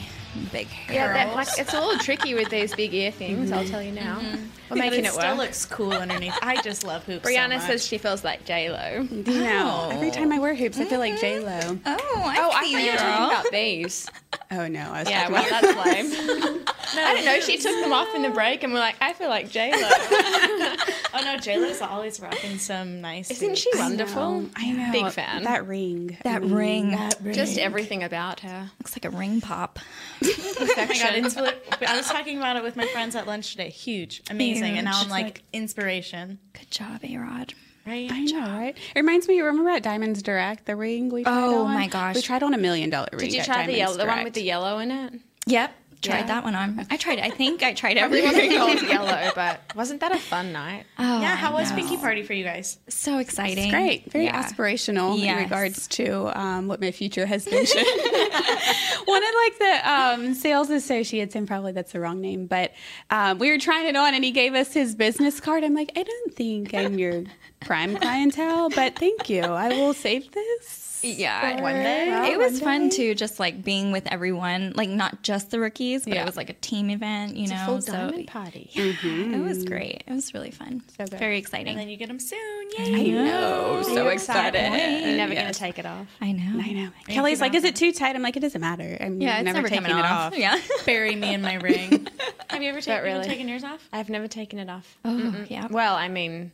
Speaker 5: big hair.
Speaker 3: Yeah, that, like, it's a little tricky with these big ear things, I'll tell you now. We're
Speaker 2: Mm-hmm. But
Speaker 3: making
Speaker 2: it
Speaker 3: it
Speaker 2: still
Speaker 3: work.
Speaker 2: looks cool underneath. I just love hoops. so
Speaker 3: Brianna
Speaker 2: much.
Speaker 3: says she feels like J-Lo.
Speaker 4: You know, every time I wear hoops, I feel like J Lo.
Speaker 5: oh, I
Speaker 3: Oh, I thought
Speaker 5: see
Speaker 3: you
Speaker 5: you,
Speaker 3: were
Speaker 5: girl.
Speaker 3: talking about these.
Speaker 4: Oh no, I was
Speaker 3: Yeah,
Speaker 4: talking
Speaker 3: well,
Speaker 4: about-
Speaker 3: that's lame. I don't know. She took them off in the break, and we're like, I feel like J-Lo.
Speaker 2: "Oh no, JLo's always rocking some nice."
Speaker 3: Isn't she wonderful?
Speaker 4: I know.
Speaker 3: Big fan.
Speaker 4: That ring. Mm-hmm.
Speaker 5: That ring
Speaker 3: Just everything about her.
Speaker 5: looks like a ring pop.
Speaker 2: Oh my God, it's really- I was talking about it with my friends at lunch today. Huge, amazing, and now I'm
Speaker 5: Huge,
Speaker 2: like,
Speaker 5: like-
Speaker 2: inspiration.
Speaker 5: Good job, A Rod.
Speaker 2: Right?
Speaker 4: I know, right? It reminds me. Remember at Diamonds Direct, the ring we tried
Speaker 5: Oh,
Speaker 4: on?
Speaker 5: my gosh.
Speaker 4: we tried on a million dollar ring.
Speaker 3: Did you
Speaker 4: at
Speaker 3: try the
Speaker 4: Diamonds
Speaker 3: yellow, the one
Speaker 4: Direct.
Speaker 3: with the yellow in it?
Speaker 5: Yep. Tried
Speaker 3: Yeah.
Speaker 5: that one on. I tried. I think I tried
Speaker 2: Oh
Speaker 3: Everyone
Speaker 5: everything.
Speaker 3: called yellow, but wasn't that a fun night?
Speaker 5: Oh,
Speaker 2: yeah, how
Speaker 5: I
Speaker 2: was
Speaker 5: know.
Speaker 2: Pinky Party for you guys?
Speaker 5: So exciting.
Speaker 4: It's great. Very
Speaker 5: Yeah.
Speaker 4: aspirational in
Speaker 5: Yes.
Speaker 4: regards to um, what my future husband should. One of like the um, sales associates, and probably that's the wrong name, but um, we were trying it on, and he gave us his business card. I'm like, I don't think I'm your prime clientele, but thank you. I will save this.
Speaker 5: Yeah.
Speaker 2: One day?
Speaker 5: it was fun too, just like being with everyone, like not just the rookies, but it was like a team event, you know.
Speaker 3: Full
Speaker 5: so
Speaker 3: diamond party.
Speaker 5: yeah, it was great. It was really fun. Very exciting.
Speaker 2: And then you get them soon. Yay!
Speaker 5: know.
Speaker 4: So excited.
Speaker 3: You're never going to take it off.
Speaker 5: I know. I
Speaker 4: I know. Kelly's like, is it too tight? I'm like, it doesn't matter. I'm
Speaker 5: Yeah, it's
Speaker 4: never,
Speaker 5: never,
Speaker 4: taking
Speaker 5: coming
Speaker 4: it
Speaker 5: off.
Speaker 4: off.
Speaker 5: Yeah.
Speaker 2: Bury me in my ring. Have you ever taken,
Speaker 3: really.
Speaker 2: taken yours off?
Speaker 3: I've never taken it off.
Speaker 5: Oh, yeah.
Speaker 3: Well, I mean,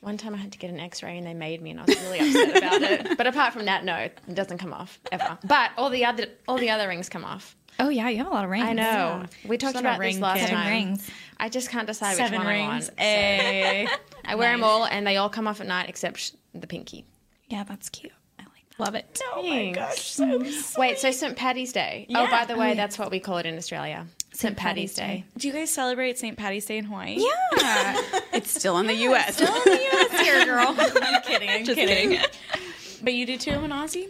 Speaker 3: one time I had to get an X-ray and they made me, and I was really upset about it. But apart from that, no, it doesn't come off ever. But all the other all the other rings come off.
Speaker 5: Oh yeah, you have a lot of rings.
Speaker 3: I know. We talked
Speaker 2: She's on a
Speaker 3: about this
Speaker 2: ring
Speaker 3: last
Speaker 2: kick.
Speaker 3: time.
Speaker 5: Seven rings.
Speaker 3: I just can't decide
Speaker 2: Seven
Speaker 3: which one I want.
Speaker 2: rings. eh,
Speaker 3: so-
Speaker 2: Hey.
Speaker 3: I wear them all, and they all come off at night except sh- the pinky.
Speaker 5: Yeah, that's cute. I like that.
Speaker 4: Love it.
Speaker 2: oh my gosh, so sweet.
Speaker 3: Wait, so St. Patty's Day. Oh,
Speaker 2: Yeah.
Speaker 3: by the way, that's what we call it in Australia. St. Patty's Day.
Speaker 2: Do you guys celebrate St. Patty's Day in Hawaii? Yeah.
Speaker 4: It's still in the U.S.
Speaker 5: Here, girl.
Speaker 2: I'm kidding. I'm kidding. But you do too in Aussie?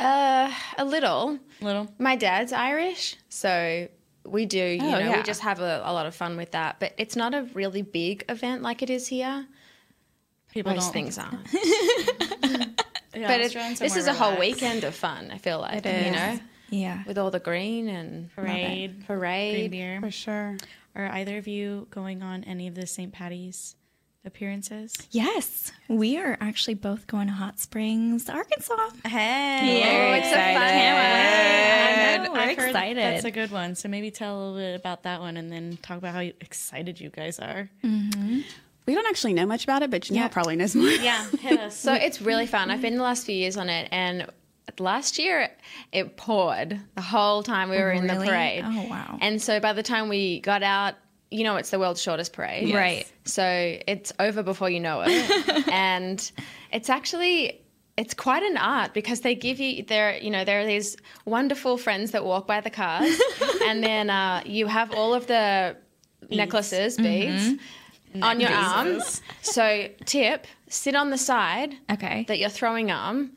Speaker 3: Uh, a little.
Speaker 2: Little.
Speaker 3: My dad's Irish, so we do, you know,
Speaker 4: yeah.
Speaker 3: we just have a, a lot of fun with that. But it's not a really big event like it is here.
Speaker 2: People
Speaker 3: Most
Speaker 2: don't.
Speaker 3: things aren't.
Speaker 2: Yeah,
Speaker 3: But it's,
Speaker 2: Australians are
Speaker 3: this
Speaker 2: more
Speaker 3: is a whole
Speaker 2: relaxed.
Speaker 3: weekend of fun, I feel like. You know?
Speaker 5: yeah.
Speaker 3: With all the green and
Speaker 2: Parade.
Speaker 3: parade.
Speaker 2: Green beer.
Speaker 4: For sure.
Speaker 2: Are either of you going on any of the St. Patty's appearances?
Speaker 5: Yes, we are actually both going to Hot Springs, Arkansas.
Speaker 2: Hey,
Speaker 3: Oh, it's a fun
Speaker 5: Can't wait. I know,
Speaker 2: I've
Speaker 5: We're
Speaker 2: heard
Speaker 5: excited.
Speaker 2: That's a good one. So maybe tell a little bit about that one, and then talk about how excited you guys are.
Speaker 4: We don't actually know much about it, but Janelle
Speaker 5: Yeah.
Speaker 4: probably knows more.
Speaker 2: Yeah, hit us.
Speaker 3: So it's really fun. I've been the last few years on it, and last year it poured the whole time we were in the
Speaker 5: Really?
Speaker 3: parade.
Speaker 5: Oh, wow.
Speaker 3: And so by the time we got out, you know, it's the world's shortest parade,
Speaker 5: Right.
Speaker 3: So it's over before you know it, and it's actually. It's quite an art because they give you there, you know, there are these wonderful friends that walk by the cars, and then uh, you have all of the necklaces, beads, on your
Speaker 5: Jesus.
Speaker 3: arm. So tip, sit on the side. Okay. That you're throwing arm.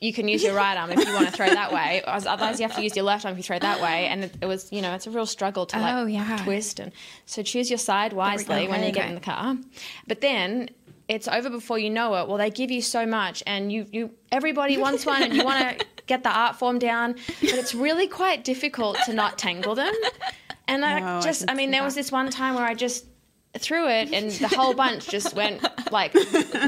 Speaker 3: You can use your right arm if you want to throw that way. As- Otherwise, you have to use your left arm if you throw that way. And it, it was, you know, it's a real struggle to like
Speaker 5: Oh, yeah.
Speaker 3: twist. And so choose your side wisely when you get
Speaker 5: Okay.
Speaker 3: in the car. But then it's over before you know it. Well, they give you so much, and you you everybody wants one, and you want to get the art form down. But it's really quite difficult to not tangle them. And I
Speaker 4: No, I
Speaker 3: just,
Speaker 4: can
Speaker 3: I, mean,
Speaker 4: see
Speaker 3: there
Speaker 4: that.
Speaker 3: was this one time where I just threw it, and the whole bunch just went like,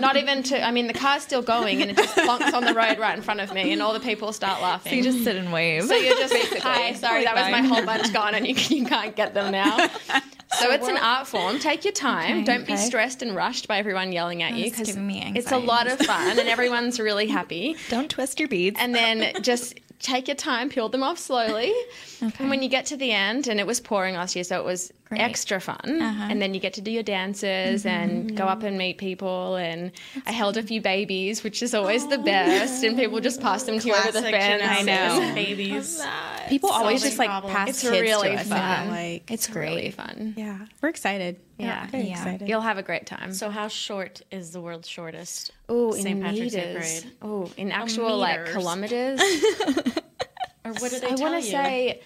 Speaker 3: not even to. I mean, the car's still going, and it just plonks on the road right in front of me, and all the people start laughing.
Speaker 10: So you just sit and wave.
Speaker 3: So you're just hi, sorry, that was my whole bunch gone, and you, you can't get them now. So it's an art form. Take your time.
Speaker 5: Okay,
Speaker 3: Don't be
Speaker 5: okay.
Speaker 3: stressed and rushed by everyone yelling at
Speaker 5: Oh,
Speaker 3: you
Speaker 5: it's giving me
Speaker 3: it's a lot of
Speaker 5: anxiety.
Speaker 3: fun, and everyone's really happy.
Speaker 10: Don't twist your beads.
Speaker 3: And then just take your time, peel them off slowly. And when you get to the end, and it was pouring last year, so it was extra fun.
Speaker 5: Uh-huh.
Speaker 3: And then you get to do your dances and go up and meet people. And I held a few babies, which is always the best. And people just pass them to you over the
Speaker 2: Classic
Speaker 3: fence.
Speaker 2: Janelle
Speaker 3: and-
Speaker 2: Babies.
Speaker 4: People always
Speaker 2: solving
Speaker 4: just like
Speaker 2: problems.
Speaker 4: pass
Speaker 3: It's
Speaker 4: kids to
Speaker 3: really
Speaker 4: us, and
Speaker 3: fun.
Speaker 4: I'm Like
Speaker 3: It's really fun.
Speaker 4: yeah, we're excited.
Speaker 3: Yeah.
Speaker 4: very
Speaker 5: Yeah.
Speaker 4: excited.
Speaker 3: You'll have a great time.
Speaker 2: So how short is the world's shortest
Speaker 3: Oh, in
Speaker 2: St. Patrick's Day
Speaker 3: meters.
Speaker 2: parade?
Speaker 3: Oh, in actual like
Speaker 2: meters.
Speaker 3: kilometers.
Speaker 2: Or what did they
Speaker 3: I
Speaker 2: tell
Speaker 3: want to
Speaker 2: you?
Speaker 3: say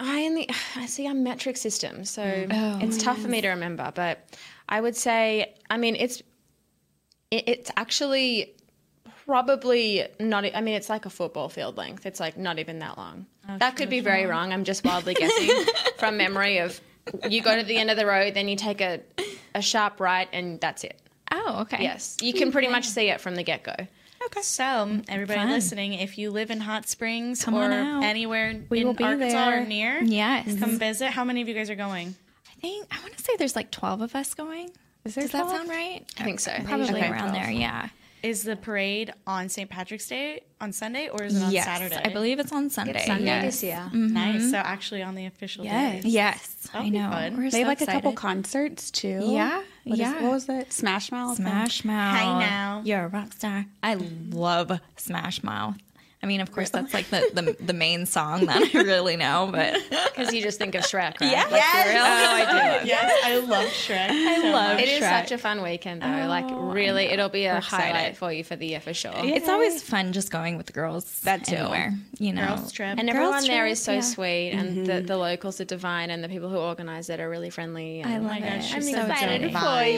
Speaker 3: I only I see I'm metric system, so
Speaker 2: Mm.
Speaker 3: it's tough for me to remember. But I would say I mean it's it, it's actually probably not. I mean it's like a football field length. It's like not even that long.
Speaker 2: Oh,
Speaker 3: that could be very wrong. I'm just wildly guessing from memory of you go to the end of the road, then you take a a sharp right, and that's it.
Speaker 5: Oh, okay.
Speaker 3: Yes, you can pretty much see it from the get go.
Speaker 2: So, everybody
Speaker 10: Fun.
Speaker 2: listening, if you live in Hot Springs
Speaker 5: Come
Speaker 2: or
Speaker 5: on out.
Speaker 2: anywhere
Speaker 4: We
Speaker 2: in
Speaker 4: will be
Speaker 2: Arkansas or
Speaker 4: there.
Speaker 2: near,
Speaker 5: Yes. Um,
Speaker 2: come visit. How many of you guys are going?
Speaker 5: I think I want to say there's like 12 of us going.
Speaker 4: Is there
Speaker 5: Does that
Speaker 4: 12?
Speaker 5: sound right?
Speaker 3: I think so.
Speaker 5: Probably
Speaker 3: Okay.
Speaker 5: around there. Yeah.
Speaker 2: Is the parade on St. Patrick's Day on Sunday or is it on
Speaker 5: yes.
Speaker 2: Saturday?
Speaker 5: I believe it's on Sunday.
Speaker 3: Sunday
Speaker 5: yes.
Speaker 3: this year.
Speaker 4: Mm-hmm.
Speaker 2: Nice. So actually on the official
Speaker 5: Yes.
Speaker 2: day.
Speaker 5: Yes.
Speaker 2: That'll
Speaker 5: I
Speaker 2: be
Speaker 5: know.
Speaker 2: fun.
Speaker 5: We're
Speaker 4: They
Speaker 5: so
Speaker 4: have like a couple
Speaker 5: excited.
Speaker 4: concerts too.
Speaker 5: Yeah,
Speaker 4: What is-
Speaker 5: yeah.
Speaker 4: what was that? Smash Mouth. and-
Speaker 5: Smash Mouth.
Speaker 2: Hi now.
Speaker 5: You're a rock star. I love Smash Mouth. I mean, of course, that's like the, the, the main song that I really know, but
Speaker 3: Because you just think of Shrek, right?
Speaker 5: Yeah.
Speaker 3: Like, yes. Oh, I do.
Speaker 2: Yes, I love Shrek. I
Speaker 5: love
Speaker 3: It is
Speaker 5: Shrek.
Speaker 3: such a fun weekend, though. like, really, it'll be a
Speaker 5: excited.
Speaker 3: highlight for you for the year for sure.
Speaker 5: It's always fun just going with the girls.
Speaker 10: That too.
Speaker 5: anywhere, you know.
Speaker 2: Girls trip.
Speaker 3: And everyone there
Speaker 5: trip,
Speaker 3: is so
Speaker 5: yeah.
Speaker 3: sweet, and the, the locals are divine, and the people who organize it are really friendly. And
Speaker 5: I love
Speaker 2: gosh,
Speaker 5: it.
Speaker 2: she's
Speaker 5: I'm
Speaker 2: so
Speaker 5: excited
Speaker 2: divine.
Speaker 5: for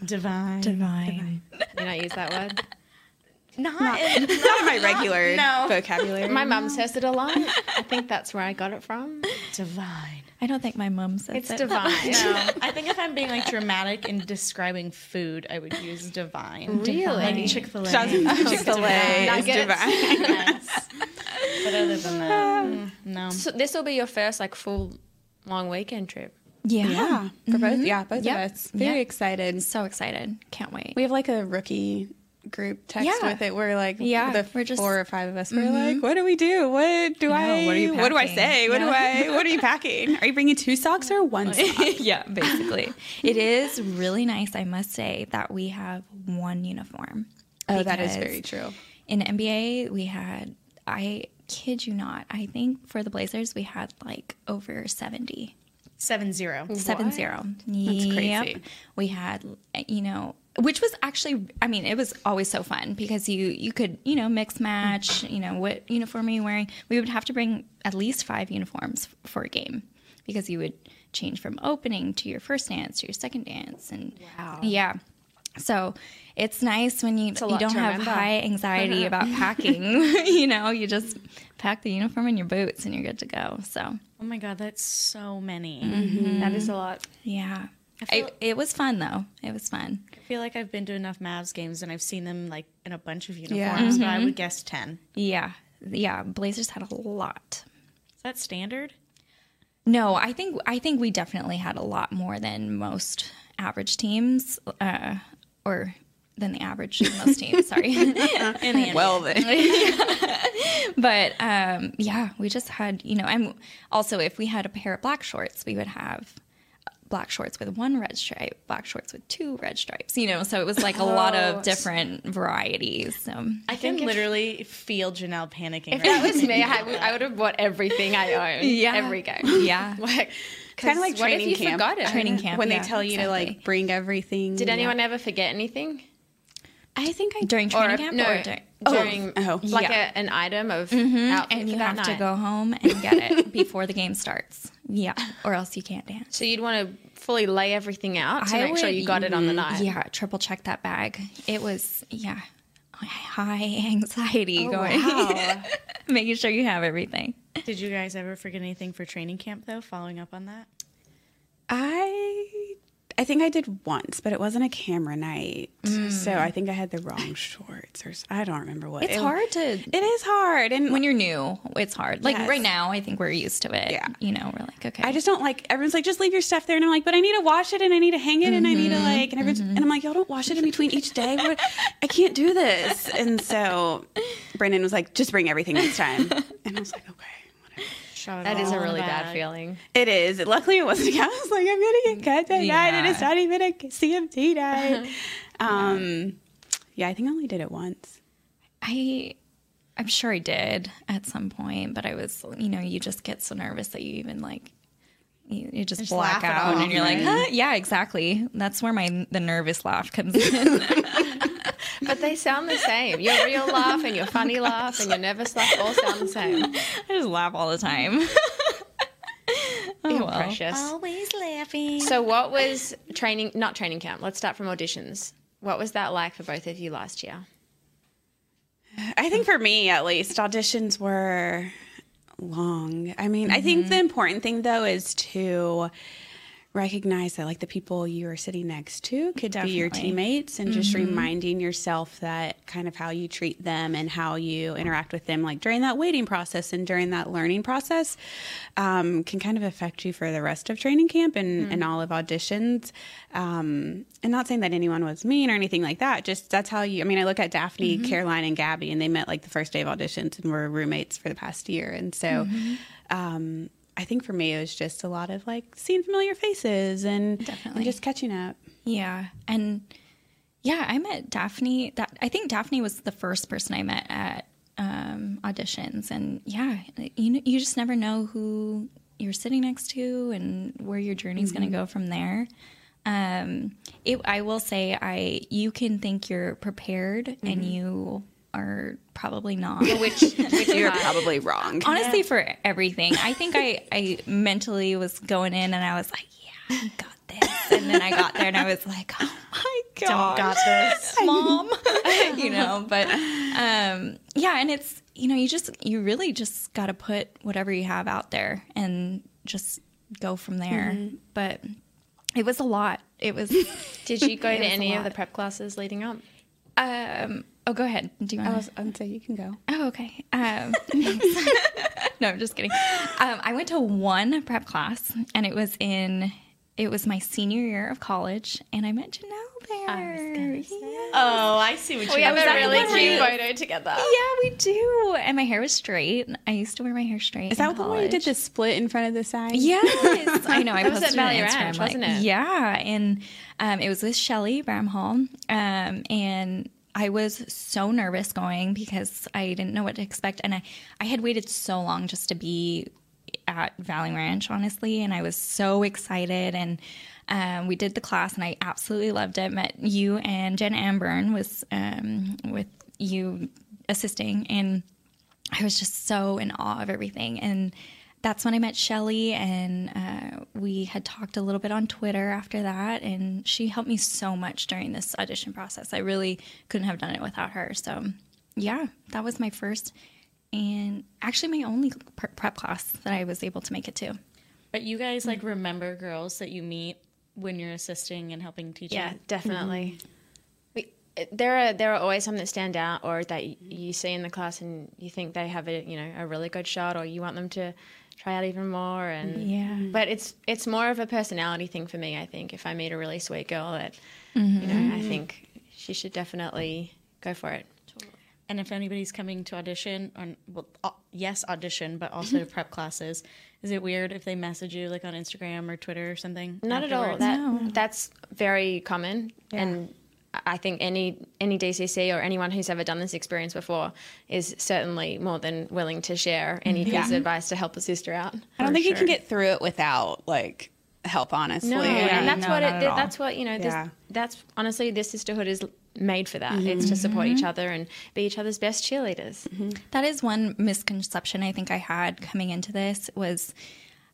Speaker 5: you. Divine,
Speaker 2: divine.
Speaker 5: divine.
Speaker 3: you know, use that word.
Speaker 2: Not,
Speaker 10: Not my regular
Speaker 4: Oh.
Speaker 2: No.
Speaker 10: vocabulary.
Speaker 3: My mum says it a lot. I think that's where I got it from.
Speaker 2: divine.
Speaker 5: I don't think my mom says
Speaker 3: It's
Speaker 5: it.
Speaker 3: divine.
Speaker 2: No, I think if I'm being like dramatic in describing food, I would use divine.
Speaker 3: Really?
Speaker 2: Like Chick Fil A.
Speaker 10: Chick-fil-A is
Speaker 3: Nuggets.
Speaker 10: divine.
Speaker 2: Yes. But other than that, mm, no.
Speaker 3: So this will be your first like full long weekend trip.
Speaker 5: Yeah.
Speaker 4: Yeah, for both. Yeah, both
Speaker 5: Mm-hmm. Yep.
Speaker 4: of us. Very
Speaker 5: Yep.
Speaker 4: excited.
Speaker 5: So excited. Can't wait.
Speaker 4: We have like a rookie group text
Speaker 5: Yeah.
Speaker 4: with it. We're like,
Speaker 5: Yeah,
Speaker 4: the
Speaker 5: we're just- Mm-hmm.
Speaker 4: four or five of us. We're like, what do we do? What do I?
Speaker 5: what are you
Speaker 4: what do I
Speaker 5: packing?
Speaker 4: say? What do I? What are you packing? Are you bringing two socks or one sock?
Speaker 5: yeah, basically. it is really nice, I must say, that we have one uniform.
Speaker 4: oh, that is
Speaker 5: Because
Speaker 4: very true.
Speaker 5: In NBA, we had, I kid you not, I think for the Blazers, we had like over 70.
Speaker 2: Seven zero.
Speaker 5: Seven zero. That's
Speaker 4: crazy.
Speaker 5: We had, you know, which was actually, I mean, it was always so fun because you you could you know mix match. You know what uniform are you wearing? We would have to bring at least five uniforms f- for a game because you would change from opening to your first dance to your second dance and wow. yeah. So it's nice when you
Speaker 3: a
Speaker 5: you
Speaker 3: lot
Speaker 5: don't
Speaker 3: to
Speaker 5: have
Speaker 3: remember.
Speaker 5: high anxiety about packing. you know, you just pack the uniform and your boots and you're good to go. So
Speaker 2: Oh my god, that's so many.
Speaker 3: That is a lot.
Speaker 5: yeah.
Speaker 2: feel-
Speaker 5: I, it was fun though. It was fun.
Speaker 2: I feel like I've been to enough Mavs games and I've seen them like in a bunch of uniforms, but I would guess ten.
Speaker 5: Yeah. Yeah. Blazers had a lot.
Speaker 2: Is that standard?
Speaker 5: No, I think I think we definitely had a lot more than most average teams, uh, or than the average of most teams. Sorry,
Speaker 10: Well, then.
Speaker 5: but um, yeah, we just had you know, and also if we had a pair of black shorts, we would have black shorts with one red stripe, black shorts with two red stripes. You know, so it was like a lot of different varieties. So
Speaker 2: I can literally feel Janelle panicking.
Speaker 3: If that was me, I would, I would have bought everything I own
Speaker 5: Yeah.
Speaker 3: every game.
Speaker 5: yeah,
Speaker 3: Like,
Speaker 4: Kind of like
Speaker 3: what if
Speaker 4: training
Speaker 3: you
Speaker 4: camp.
Speaker 3: forgot it?
Speaker 4: Training camp, When they yeah, tell you to, like, bring everything.
Speaker 3: Did
Speaker 4: yeah.
Speaker 3: anyone ever forget anything?
Speaker 4: I think I
Speaker 5: during
Speaker 3: Or
Speaker 5: training camp
Speaker 3: no,
Speaker 5: or during,
Speaker 3: during
Speaker 4: oh,
Speaker 3: like
Speaker 5: yeah.
Speaker 3: a, an item of
Speaker 5: Mhm,
Speaker 3: outfit
Speaker 5: and
Speaker 3: for
Speaker 5: you
Speaker 3: that
Speaker 5: have to
Speaker 3: night.
Speaker 5: go home and get it before the game starts. Yeah, or else you can't dance.
Speaker 3: So you'd want to fully lay everything out to make sure you got it on the
Speaker 5: mhm,
Speaker 3: night.
Speaker 5: Yeah, triple check that bag. It was yeah, high anxiety
Speaker 2: Oh,
Speaker 5: going,
Speaker 2: wow.
Speaker 5: making sure you have everything.
Speaker 2: Did you guys ever forget anything for training camp though? Following up on that.
Speaker 4: I I think I did once, but it wasn't a camera night.
Speaker 5: Mm.
Speaker 4: So I think I had the wrong shorts or s- I don't remember what.
Speaker 5: It's
Speaker 4: It-
Speaker 5: hard to.
Speaker 4: It is hard, and
Speaker 5: when you're new, it's hard. Like
Speaker 4: Yes.
Speaker 5: right now, I think we're used to it. Yeah, you know, we're like okay.
Speaker 4: I just don't like everyone's like just leave your stuff there and I'm like but I need to wash it and I need to hang it and I need
Speaker 5: Mm-hmm.
Speaker 4: to like and everyone's and I'm like y'all don't wash it in between each day What- I can't do this and so Brendan was like just bring everything next time and I was like
Speaker 2: Shot it
Speaker 3: That is
Speaker 4: all
Speaker 3: a
Speaker 5: Oh,
Speaker 4: in the
Speaker 3: really bad
Speaker 4: bag.
Speaker 3: feeling.
Speaker 4: It is. Luckily, it wasn't. I was like, I'm gonna get cut tonight, and
Speaker 3: Yeah.
Speaker 4: it's not even a CMT night. um, yeah, I think I only did it once.
Speaker 5: I I'm sure I did at some point, but I was you know you just get so nervous that you even like you, you just,
Speaker 2: Just
Speaker 5: black
Speaker 2: laugh it
Speaker 5: out
Speaker 2: off, Mm-hmm.
Speaker 5: and you're like
Speaker 2: right?
Speaker 5: huh? yeah exactly that's where my the nervous laugh comes in
Speaker 3: But they sound the same. Your real laugh and your funny laugh and your nervous laugh all sound the same.
Speaker 5: I just laugh all the time
Speaker 3: You're
Speaker 5: Oh, well.
Speaker 3: precious.
Speaker 2: Always laughing.
Speaker 3: So what was training? Not training camp. Let's start from auditions. What was that like for both of you last year?
Speaker 4: I think for me, at least, auditions were long. I mean, I think the important thing though is to recognize that like the people you are sitting next to could be your
Speaker 10: Definitely.
Speaker 4: teammates and just
Speaker 10: Mhm.
Speaker 4: reminding yourself that kind of how you treat them and how you interact with them like during that waiting process and during that learning process um, can kind of affect you for the rest of training camp and,
Speaker 10: Mm.
Speaker 4: and all of auditions um, and not saying that anyone was mean or anything like that just that's how you i mean i look at daphne
Speaker 10: Mhm.
Speaker 4: caroline and gabby and they met like the first day of auditions and were roommates for the past year and so
Speaker 10: Mhm.
Speaker 4: um, I think for me it was just a lot of like seeing familiar faces and, and just catching up.
Speaker 5: Yeah, and yeah, I met Daphne. That I think Daphne was the first person I met at um, auditions, and yeah, you kn- you just never know who you're sitting next to and where your journey's going
Speaker 10: Mhm.
Speaker 5: to go from there. Um, it, I will say, I you can think you're prepared, and you are probably not.
Speaker 4: Which, you're probably wrong.
Speaker 5: Honestly, for everything, I think I, I mentally was going in and I was like, yeah, I got this. And then I got there and I was like, oh my God.
Speaker 2: got this.
Speaker 5: Mom. you know, but um, yeah, and it's, you know, you just, you really just got to put whatever you have out there and just go from there.
Speaker 3: Mhm.
Speaker 5: But it was a lot. It was.
Speaker 3: Did you go
Speaker 5: it
Speaker 3: to
Speaker 5: was a
Speaker 3: any of
Speaker 5: lot.
Speaker 3: the prep classes leading up?
Speaker 5: Um, oh, go ahead. Do you want?
Speaker 4: I was going to say you can go.
Speaker 5: Oh, okay. Um, no, I'm just kidding. Um, I went to one prep class, and it was in it was my senior year of college, and I met Janelle there.
Speaker 2: Oh, I see what you
Speaker 3: We have
Speaker 2: mean.
Speaker 3: a really
Speaker 2: Exactly.
Speaker 3: cute photo together.
Speaker 5: Yeah, we do. And my hair was straight. I used to wear my hair straight.
Speaker 4: Is
Speaker 5: in
Speaker 4: that the one you
Speaker 5: college.
Speaker 4: did the split in front of the sign?
Speaker 5: Yes, I know. I
Speaker 4: That was at
Speaker 5: posted it on
Speaker 4: Valley
Speaker 5: Instagram,
Speaker 4: Ranch,
Speaker 5: like-
Speaker 4: wasn't it?
Speaker 5: Yeah, and um, it was with Shelly Bramhall, um, and I was so nervous going because I didn't know what to expect, and I I had waited so long just to be at Valley Ranch, honestly, and I was so excited and. Um, we did the class and I absolutely loved it. Met you and Jen Amburn was um, with you assisting, and I was just so in awe of everything. And that's when I met Shelly, and uh, we had talked a little bit on Twitter after that. And she helped me so much during this audition process. I really couldn't have done it without her. So, yeah, that was my first and actually my only pre- prep class that I was able to make it to.
Speaker 2: But you guys like remember girls that you meet when you're assisting and helping teach.
Speaker 3: Yeah,
Speaker 2: them?
Speaker 3: definitely. We, there are there are always some that stand out or that y- you see in the class and you think they have a you know a really good shot or you want them to try out even more and
Speaker 5: Yeah.
Speaker 3: But it's it's more of a personality thing for me. I think if I meet a really sweet girl that you know I
Speaker 2: Mhm.
Speaker 3: think she should definitely go for it.
Speaker 2: And if anybody's coming to audition, on well, au- yes, audition, but also
Speaker 3: Mm-hmm.
Speaker 2: prep classes, is it weird if they message you like on Instagram or Twitter or something?
Speaker 3: Not at all.
Speaker 2: afterwards?
Speaker 3: That that's very common, and I think any any DCC or anyone who's ever done this experience before is certainly more than willing to share any
Speaker 4: Yeah.
Speaker 3: piece of advice to help a sister out.
Speaker 4: I don't
Speaker 3: For
Speaker 4: think you can
Speaker 3: sure.
Speaker 4: get through it without like help, honestly.
Speaker 3: No, and that's what it. That's what you know. This,
Speaker 4: Yeah.
Speaker 3: That's honestly, this sisterhood is made for that. It's to
Speaker 5: Mhm.
Speaker 3: support each Mm-hmm.
Speaker 5: Mhm.
Speaker 3: other and be each other's best cheerleaders.
Speaker 5: That is one misconception I think I had coming into this was,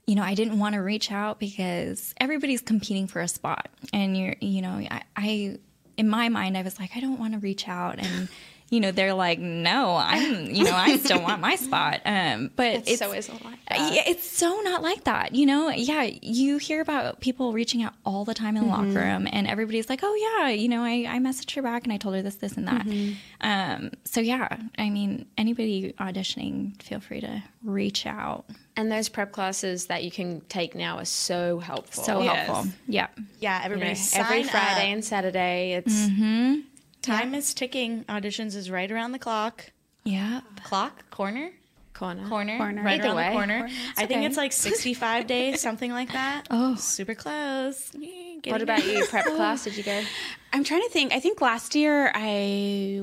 Speaker 5: you know, I didn't want to reach out because everybody's competing for a spot, and you're, you know, I, I in my mind, I was like, I don't want to reach out, and you know, they're like, no, I'm, you know, I still want my spot. Um, but
Speaker 3: It
Speaker 5: it's
Speaker 3: so isn't like
Speaker 5: uh,
Speaker 3: that.
Speaker 5: Yeah, it's so not like that. You know, yeah, you hear about people reaching out all the time in the
Speaker 3: Mhm.
Speaker 5: locker room, and everybody's like, oh, yeah, you know, I, I messaged her back and I told her this, this, and that.
Speaker 3: Mhm.
Speaker 5: Um, so, yeah, I mean, anybody auditioning, feel free to reach out.
Speaker 3: And those prep classes that you can take now are so helpful.
Speaker 5: So Yes. helpful. Yeah.
Speaker 2: Yeah, everybody
Speaker 3: every
Speaker 2: sign
Speaker 3: Friday
Speaker 2: up.
Speaker 3: and Saturday. It's
Speaker 2: Time is ticking. Auditions is right around the clock.
Speaker 5: Yeah.
Speaker 2: Clock? Corner?
Speaker 3: Corner.
Speaker 2: Corner.
Speaker 5: Corner.
Speaker 2: Right
Speaker 5: Either
Speaker 2: around
Speaker 5: way.
Speaker 2: the corner.
Speaker 5: Corner, it's
Speaker 2: I think
Speaker 5: okay.
Speaker 2: it's like 65 days, something like that.
Speaker 5: Oh.
Speaker 2: Super close. Yeah, getting
Speaker 3: What about
Speaker 2: there.
Speaker 3: you? Prep class? Did you go?
Speaker 4: I'm trying to think. I think last year I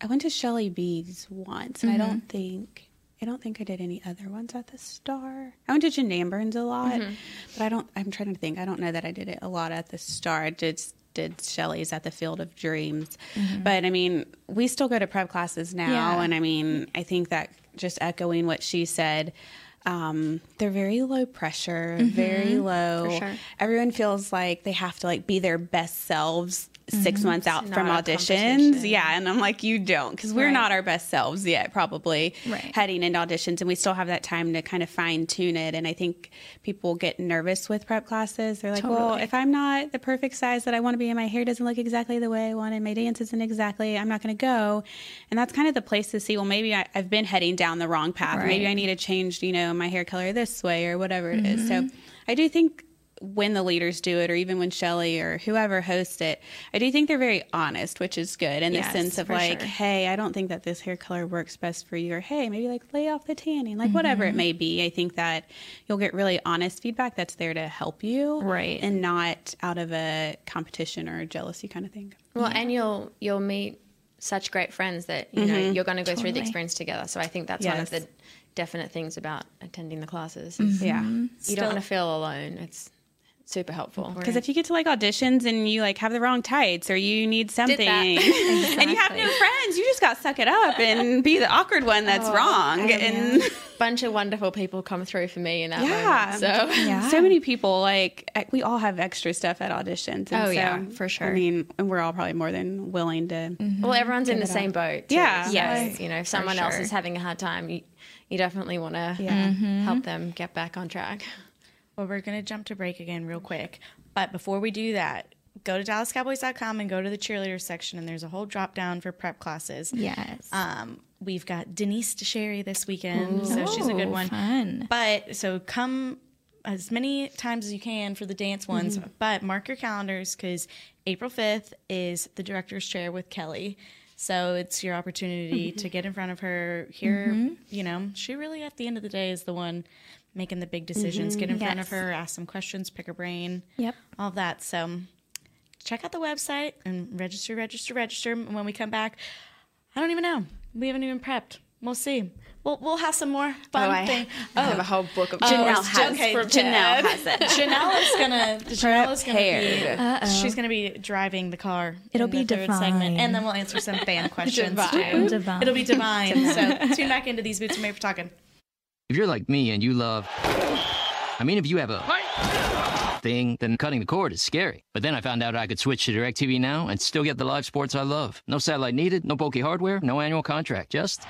Speaker 4: I went to Shelly B's once, and I
Speaker 10: Mm-hmm.
Speaker 4: don't think I don't think I did any other ones at the Star. I went to Janae Burns a lot,
Speaker 10: Mhm.
Speaker 4: but I don't. I'm trying to think. I don't know that I did it a lot at the Star. I did did Shelley's at the Field of Dreams, but I mean, we still go to prep classes now,
Speaker 10: Mm-hmm. Yeah.
Speaker 4: and I mean, I think that just echoing what she said. Um, they're very low pressure, very
Speaker 10: Mhm.
Speaker 4: low.
Speaker 10: For sure.
Speaker 4: Everyone feels like they have to like be their best selves 6
Speaker 10: Mhm.
Speaker 4: months
Speaker 10: It's
Speaker 4: out
Speaker 10: not
Speaker 4: from
Speaker 10: a
Speaker 4: auditions. Yeah, and I'm like, you don't, because we're
Speaker 10: Right.
Speaker 4: not our best selves yet, probably
Speaker 10: Right.
Speaker 4: heading into auditions, and we still have that time to kind of fine tune it. And I think people get nervous with prep classes. They're like, well,
Speaker 10: Totally.
Speaker 4: if I'm not the perfect size that I want to be, and my hair doesn't look exactly the way I want, and my dance isn't exactly, I'm not going to go. And that's kind of the place to see, well, maybe I, I've been heading down the wrong path. Maybe
Speaker 10: Right.
Speaker 4: I need to change, you know, my hair color this way or whatever it is.
Speaker 10: Mhm.
Speaker 4: So I do think when the leaders do it, or even when Shelly or whoever hosts it, I do think they're very honest, which is good in
Speaker 10: Yes,
Speaker 4: the sense of
Speaker 10: for
Speaker 4: like,
Speaker 10: sure.
Speaker 4: hey, I don't think that this hair color works best for you, or hey, maybe like lay off the tanning, like whatever
Speaker 3: Mm-hmm.
Speaker 4: it
Speaker 10: Mhm.
Speaker 4: may be. I think that you'll get really honest feedback that's there to help you, right, and not out of a competition or jealousy kind of thing.
Speaker 3: Well, and you'll you'll meet such great friends that you know
Speaker 4: Mhm.
Speaker 3: you're going to go through the
Speaker 4: Totally.
Speaker 3: experience together. So I think that's one of
Speaker 4: Yes.
Speaker 3: the definite things about attending the classes. is
Speaker 4: Mhm. Yeah.
Speaker 3: you
Speaker 4: Still-
Speaker 3: don't want to feel alone. It's super helpful
Speaker 4: Because if you get to like auditions and you like have the wrong tights or you need something and you have no friends, you just got to suck it up and be the awkward one that's
Speaker 3: Oh,
Speaker 4: wrong.
Speaker 3: I
Speaker 4: And
Speaker 3: know. bunch of wonderful people come through for me in that
Speaker 4: yeah,
Speaker 3: moment. So
Speaker 4: so many people like e- we all have extra stuff at auditions. And
Speaker 3: Oh,
Speaker 4: so,
Speaker 3: yeah, for
Speaker 4: I
Speaker 3: sure.
Speaker 4: mean, and we're all probably more than willing to.
Speaker 3: Well, everyone's in
Speaker 4: give
Speaker 3: the
Speaker 4: it
Speaker 3: same
Speaker 4: up.
Speaker 3: boat. Too.
Speaker 4: Mm-hmm. Yeah,
Speaker 3: So,
Speaker 4: yes,
Speaker 3: you know, if
Speaker 4: for
Speaker 3: someone else
Speaker 4: sure.
Speaker 3: is having a hard time, you, you definitely want to
Speaker 2: Yeah. Mhm.
Speaker 3: help them get back on track.
Speaker 2: Well, we're going to jump to break again real quick. But before we do that, go to DallasCowboys.com and go to the cheerleader section, and there's a whole drop down for prep classes.
Speaker 5: Yes.
Speaker 2: Um, we've got Denise DeSherry this weekend, so she's a good
Speaker 5: Ooh,
Speaker 2: one.
Speaker 5: fun.
Speaker 2: But so come as many times as you can for the dance ones,
Speaker 5: Mhm.
Speaker 2: but mark your calendars because April 5th is the director's chair with Kelly. So it's your opportunity
Speaker 10: Mhm.
Speaker 2: to get in front of her, hear,
Speaker 10: Mhm.
Speaker 2: you know, she really at the end of the day is the one making the big decisions.
Speaker 10: Mhm.
Speaker 2: Get in front of
Speaker 10: Yes.
Speaker 2: her, ask some questions, pick her brain.
Speaker 5: Yep.
Speaker 2: All that. So check out the website and register, register, register. And when we come back, I don't even know. We haven't even prepped. We'll see. We'll we'll have some more fun
Speaker 3: Oh, I-
Speaker 2: thing.
Speaker 3: I have a whole book of
Speaker 2: Oh,
Speaker 3: Janelle
Speaker 2: it's
Speaker 3: has-
Speaker 2: okay,
Speaker 3: prepared.
Speaker 2: Janelle has it. Janelle is gonna. Janelle is gonna be.
Speaker 10: Prepared. Uh-oh.
Speaker 2: She's gonna be driving the car.
Speaker 5: It'll
Speaker 2: in
Speaker 5: be
Speaker 2: the third
Speaker 5: divine.
Speaker 2: segment, and then we'll answer some fan questions.
Speaker 5: Divine.
Speaker 2: too.
Speaker 5: Divine.
Speaker 2: It'll be divine.
Speaker 5: Divine.
Speaker 2: so tune back into these boots and maybe for talking.
Speaker 7: If you're like me and you love. I mean, if you have a thing, then cutting the cord is scary. But then I found out I could switch to DirecTV Now and still get the live sports I love. No satellite needed, no bulky hardware, no annual contract, just.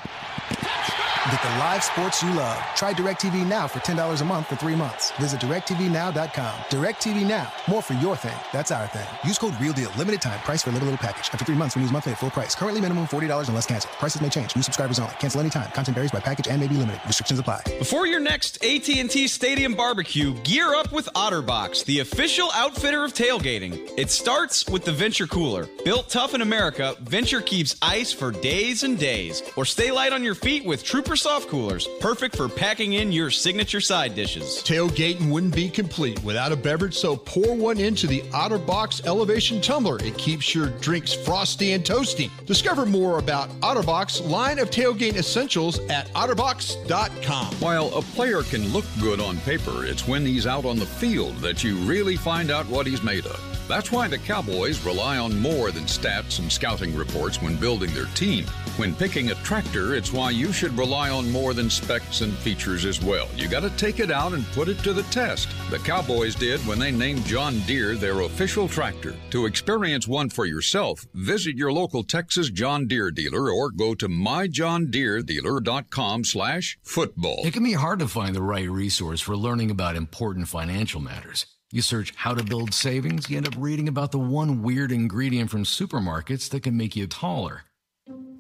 Speaker 8: Get the live sports you love. Try DirecTV Now for $10 a month for three months. Visit DirecTVNow.com. DirecTV Now. More for your thing. That's our thing. Use code REALDEAL. Limited time. Price for little, little package. After three months, when use monthly at full price. Currently minimum $40 unless canceled. Prices may change. New subscribers only. Cancel anytime. Content varies by package and may be limited. Restrictions apply.
Speaker 11: Before your next AT&T Stadium barbecue, gear up with OtterBox, the official outfitter of tailgating. It starts with the Venture Cooler. Built tough in America, Venture keeps ice for days and days. Or stay light on your feet with Trooper super soft coolers, perfect for packing in your signature side dishes.
Speaker 12: Tailgating wouldn't be complete without a beverage, so pour one into the Otterbox Elevation Tumbler. It keeps your drinks frosty and toasty. Discover more about Otterbox line of tailgate essentials at otterbox.com.
Speaker 9: While a player can look good on paper, it's when he's out on the field that you really find out what he's made of. That's why the Cowboys rely on more than stats and scouting reports when building their team. When picking a tractor, it's why you should rely on more than specs and features as well. You got to take it out and put it to the test. The Cowboys did when they named John Deere their official tractor. To experience one for yourself, visit your local Texas John Deere dealer or go to myjohndeeredealer.com slash football.
Speaker 13: It can be hard to find the right resource for learning about important financial matters. You search how to build savings, you end up reading about the one weird ingredient from supermarkets that can make you taller.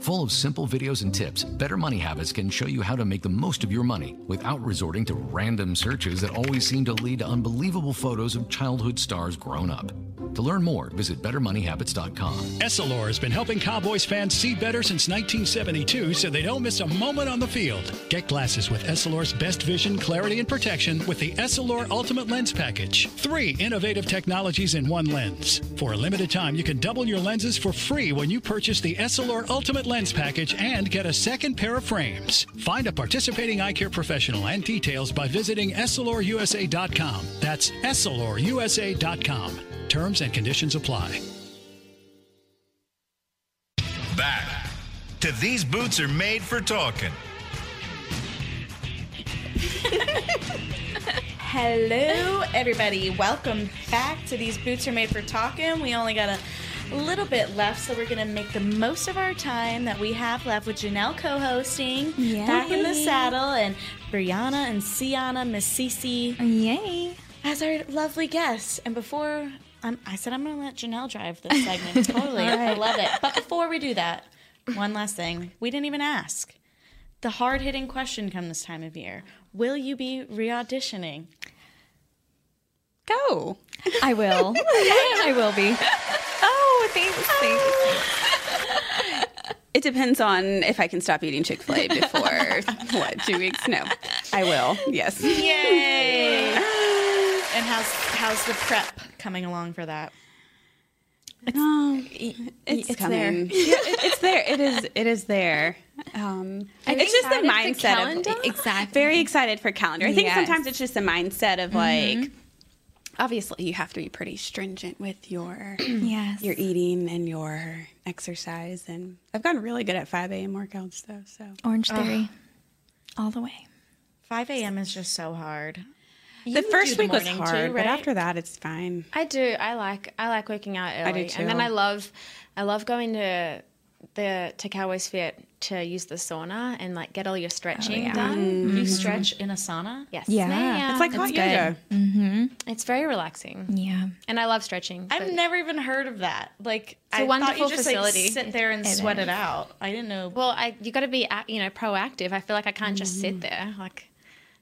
Speaker 13: Full of simple videos and tips, Better Money Habits can show you how to make the most of your money without resorting to random searches that always seem to lead to unbelievable photos of childhood stars grown up. To learn more, visit BetterMoneyHabits.com.
Speaker 6: Essilor has been helping Cowboys fans see better since 1972 so they don't miss a moment on the field. Get glasses with Essilor's best vision, clarity, and protection with the Essilor Ultimate Lens Package. Three innovative technologies in one lens. For a limited time, you can double your lenses for free when you purchase the Essilor Ultimate Lens Package and get a second pair of frames. Find a participating eye care professional and details by visiting EssilorUSA.com. That's EssilorUSA.com. Terms and conditions apply.
Speaker 1: Back to These Boots Are Made for Talking.
Speaker 2: Hello, everybody. Welcome back to These Boots Are Made for Talking. We only got a little bit left, so we're going to make the most of our time that we have left with Janelle co hosting, back in the
Speaker 5: Yay.
Speaker 2: saddle, and Brianna and Sienna, Miss Cece. Yay. As our lovely guests. And before, um, I said I'm going to let Janelle drive this segment totally.
Speaker 5: All
Speaker 2: I
Speaker 5: right.
Speaker 2: love it. But before we do that, one last thing we didn't even ask. The hard hitting question come this time of year Will you be re auditioning?
Speaker 5: Go. I will. I will be.
Speaker 4: Oh, thanks. thanks. it depends on if I can stop eating Chick fil A before, what, two weeks? No, I will. Yes.
Speaker 2: Yay! and how's how's the prep coming along for that?
Speaker 4: Um, it's,
Speaker 2: it's there.
Speaker 4: coming. Yeah, it- it's there. It is. It is there. Um,
Speaker 5: Are you
Speaker 4: it's just the
Speaker 5: excited for
Speaker 4: mindset.
Speaker 5: calendar?
Speaker 4: of, exactly. Very excited for calendar. I think
Speaker 5: Yes.
Speaker 4: sometimes it's just the mindset of like.
Speaker 5: Mhm.
Speaker 4: Obviously, you have to be pretty stringent with your
Speaker 5: Yes.
Speaker 4: your eating and your exercise, and I've gotten really good at five a.m. workouts though. So
Speaker 5: Orange
Speaker 4: Ugh.
Speaker 5: Theory. All the way.
Speaker 2: 5 a.m. is just so hard.
Speaker 4: the first week was
Speaker 3: morning too,
Speaker 4: hard,
Speaker 3: right?
Speaker 4: but after that, it's fine.
Speaker 3: I do. I like I like working out early.
Speaker 4: I do
Speaker 3: And then
Speaker 4: too.
Speaker 3: I love I love going to the to Cowboys Fit to use the sauna and like get all your stretching
Speaker 2: yeah.
Speaker 3: done.
Speaker 2: Mm. You stretch in a sauna?
Speaker 3: Mm-hmm. Yes.
Speaker 2: Yeah.
Speaker 3: ma'am.
Speaker 2: It's like hot It's good. yoga.
Speaker 3: Mm-hmm. It's very relaxing.
Speaker 5: Yeah.
Speaker 3: And I love stretching.
Speaker 2: I've
Speaker 3: but-
Speaker 2: never even heard of that. Like
Speaker 3: It's
Speaker 2: I
Speaker 3: a
Speaker 2: thought
Speaker 3: wonderful
Speaker 2: you just
Speaker 3: facility.
Speaker 2: like sit there and
Speaker 3: It
Speaker 2: sweat
Speaker 3: is.
Speaker 2: it out. I didn't know.
Speaker 3: Well, I you got to be ac- you know proactive. I feel like I can't just sit there. Like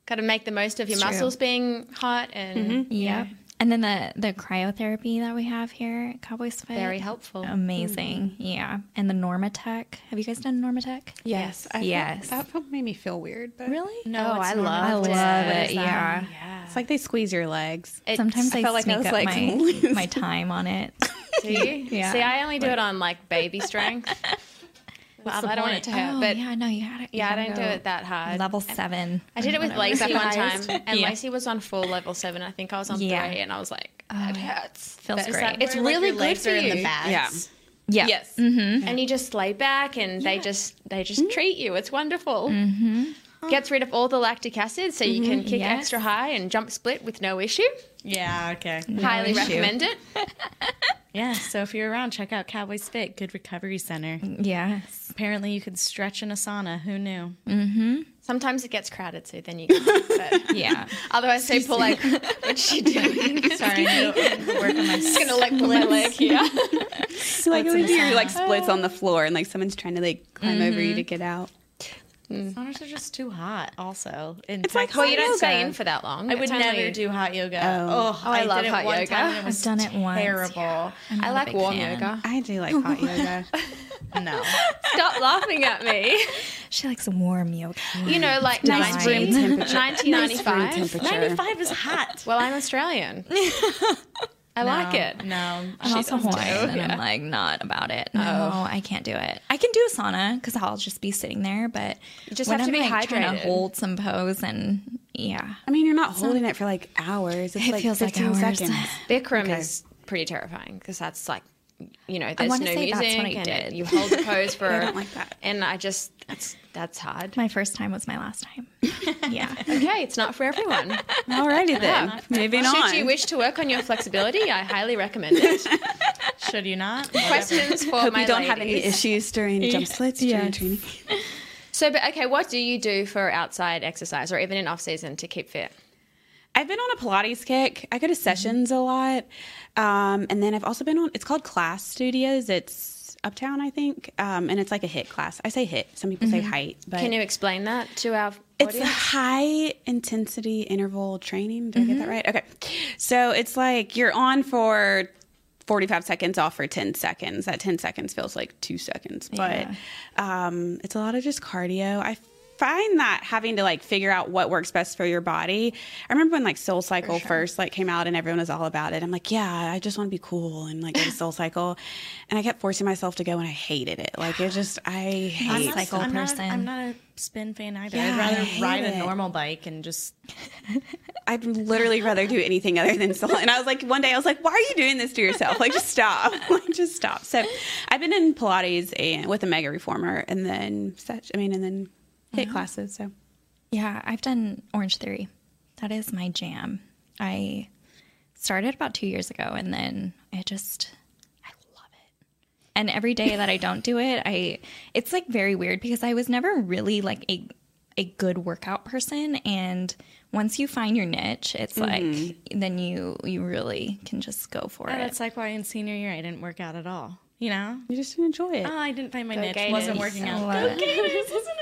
Speaker 3: got to make the most of your
Speaker 5: It's true.
Speaker 3: muscles being hot and
Speaker 5: Mhm. Yep. And then the the cryotherapy that we have here at Cowboys Fit.
Speaker 3: Very helpful. Mm-hmm.
Speaker 5: Amazing. Yeah. And the Normatec. Have you guys done Normatec?
Speaker 4: Yes. I felt-
Speaker 5: yes.
Speaker 4: that felt- made me feel weird. But
Speaker 5: really?
Speaker 3: No, it's oh, I normal.
Speaker 5: I
Speaker 3: loved
Speaker 5: love
Speaker 3: it.
Speaker 5: it.
Speaker 3: It's, um,
Speaker 5: Yeah.
Speaker 4: It's like they squeeze your legs.
Speaker 5: Sometimes I, sneak up my, my time on it.
Speaker 3: See,
Speaker 5: Yeah.
Speaker 3: see, I only do it on like baby strength. well,
Speaker 5: the
Speaker 3: I don't want
Speaker 5: point?
Speaker 3: it to hurt,
Speaker 5: Oh,
Speaker 3: but
Speaker 5: yeah, no, you had it.
Speaker 3: yeah, I don't do it that hard.
Speaker 5: Level seven.
Speaker 3: I did it with
Speaker 5: Whatever.
Speaker 3: Lacey one time,
Speaker 5: Highest.
Speaker 3: and
Speaker 5: Yeah.
Speaker 3: Lacey was on full level seven. I think I was on
Speaker 5: Yeah.
Speaker 3: three, and I was like, it hurts.
Speaker 5: Feels
Speaker 3: But
Speaker 5: great.
Speaker 3: It's
Speaker 5: Is that where, like,
Speaker 3: really
Speaker 5: your
Speaker 3: good
Speaker 5: legs
Speaker 3: for
Speaker 5: are in
Speaker 3: you.
Speaker 5: the bags?
Speaker 3: Yeah.
Speaker 5: Yeah.
Speaker 3: Yes. And you just lay back, and they just they just treat you. It's wonderful.
Speaker 5: Mm-hmm.
Speaker 3: Gets rid of all the lactic acid, so you can
Speaker 5: Mhm.
Speaker 3: kick
Speaker 5: Yes.
Speaker 3: extra high and jump split with no issue.
Speaker 2: Yeah. Okay.
Speaker 3: Highly recommend it.
Speaker 2: Yeah. So if you're around, check out Cowboys Fit, good recovery center.
Speaker 5: Yes.
Speaker 2: Apparently, you could stretch in a sauna. Who knew?
Speaker 5: Mm-hmm.
Speaker 3: Sometimes it gets crowded, so then you. But
Speaker 5: yeah.
Speaker 3: Otherwise, people are like, what's she doing?
Speaker 2: Sorry, I'm gonna work on my.
Speaker 3: just gonna like put my leg here.
Speaker 4: So
Speaker 3: Splits
Speaker 4: like when
Speaker 3: in the
Speaker 4: you're like
Speaker 3: sauna.
Speaker 4: splits on the floor and like someone's trying to like climb over you to get out.
Speaker 2: Saunas are just too hot. Also, and
Speaker 3: It's like
Speaker 2: hot
Speaker 3: well, you don't stay
Speaker 2: "Oh, yoga.
Speaker 3: in for that long.
Speaker 2: I would
Speaker 3: It's
Speaker 2: never
Speaker 3: only-
Speaker 2: do hot yoga.
Speaker 3: Oh.
Speaker 2: Oh,
Speaker 3: Oh, I love
Speaker 2: did it
Speaker 3: hot
Speaker 2: one
Speaker 3: yoga.
Speaker 2: time and
Speaker 3: I've
Speaker 2: it was
Speaker 3: done it once,
Speaker 2: Terrible.
Speaker 3: I'm I not a like big warm fan. yoga.
Speaker 4: I do like hot yoga.
Speaker 2: No.
Speaker 3: Stop laughing at me.
Speaker 5: She likes warm yoga.
Speaker 3: You know, like
Speaker 5: Nice room temperature. Nice room
Speaker 3: 1995.
Speaker 5: temperature.
Speaker 3: 95
Speaker 2: is hot.
Speaker 3: Well, I'm Australian. I like it.
Speaker 2: No, I'm
Speaker 5: I'm also Hawaiian, and
Speaker 3: Yeah.
Speaker 5: I'm like not about it. Oh. No, I can't do it. I can do a sauna because I'll just be sitting there, but
Speaker 3: you just
Speaker 5: when
Speaker 3: have to
Speaker 5: I'm,
Speaker 3: be
Speaker 5: like, trying
Speaker 3: hydrated.
Speaker 5: to hold some pose and yeah.
Speaker 4: I mean, you're not
Speaker 5: It's
Speaker 4: holding
Speaker 5: not-
Speaker 4: it for like hours. It's
Speaker 5: It
Speaker 4: like
Speaker 5: feels like
Speaker 4: 15
Speaker 5: hours.
Speaker 4: seconds.
Speaker 3: Bikram is pretty terrifying because that's like, you know, there's no
Speaker 5: wanna say
Speaker 3: music
Speaker 5: that's what I
Speaker 3: and
Speaker 5: did.
Speaker 3: you hold the pose for.
Speaker 5: I don't like
Speaker 3: that. And I just that's that's hard.
Speaker 5: My first time was my last time.
Speaker 3: Okay, it's not for everyone.
Speaker 4: Alrighty then, moving
Speaker 3: Should
Speaker 4: on.
Speaker 3: you wish to work on your flexibility, I highly recommend it.
Speaker 2: Should you not?
Speaker 3: Questions for
Speaker 4: Hope
Speaker 3: my
Speaker 4: you don't have any
Speaker 3: ladies.
Speaker 4: issues during jump splits during training.
Speaker 3: So, but okay, what do you do for outside exercise or even in off season to keep fit?
Speaker 4: I've been on a Pilates kick. I go
Speaker 5: Mm-hmm.
Speaker 4: to sessions a lot. Um, and then I've also been on, it's called Class Studios. It's uptown, I think. Um, and it's like a HIT class. I say HIT. Some people say
Speaker 5: Mm-hmm.
Speaker 3: Mhm.
Speaker 4: height. But
Speaker 3: Can you explain that to our
Speaker 4: It's a
Speaker 3: audience?
Speaker 4: high intensity interval training. Did I get
Speaker 3: Mhm.
Speaker 4: that right? Okay. So it's like you're on for 45 seconds, off for 10 seconds. That 10 seconds feels like two seconds, but
Speaker 10: Yeah.
Speaker 4: um, it's a lot of just cardio. I find that having to like figure out what works best for your body. I remember when like Soul Cycle first like came out and everyone was all about it. I'm like, yeah, I just want to be cool and like go to Soul Cycle. And I kept forcing myself to go and I hated it. Like it just, I hate
Speaker 2: I'm not, I'm Not, I'm not a spin fan either.
Speaker 4: Yeah,
Speaker 2: I'd
Speaker 4: I
Speaker 2: rather
Speaker 4: hate
Speaker 2: ride
Speaker 4: it.
Speaker 2: a normal bike and just
Speaker 4: I'd literally rather do anything other than solo. And I was like, one day I was like, why are you doing this to yourself? Like, just stop. Like, just stop. So I've been in Pilates and with a mega reformer and then such, I mean, and then hit classes. So
Speaker 5: Yeah, I've done Orange Theory. That is my jam. I started about two years ago, and then I just I love it. And every day that I don't do it, I it's like very weird because I was never really like a a good workout person, and once you find your niche, it's
Speaker 2: Mhm.
Speaker 5: like then you you really can just go for
Speaker 2: Yeah,
Speaker 5: it.
Speaker 2: that's like why in senior year I didn't work out at all. You know,
Speaker 4: you just enjoy it.
Speaker 2: Oh, I didn't find my
Speaker 5: Go
Speaker 2: niche.
Speaker 5: Gators.
Speaker 2: Wasn't working out.
Speaker 5: I love
Speaker 2: Go
Speaker 5: it.
Speaker 2: Gators, isn't it?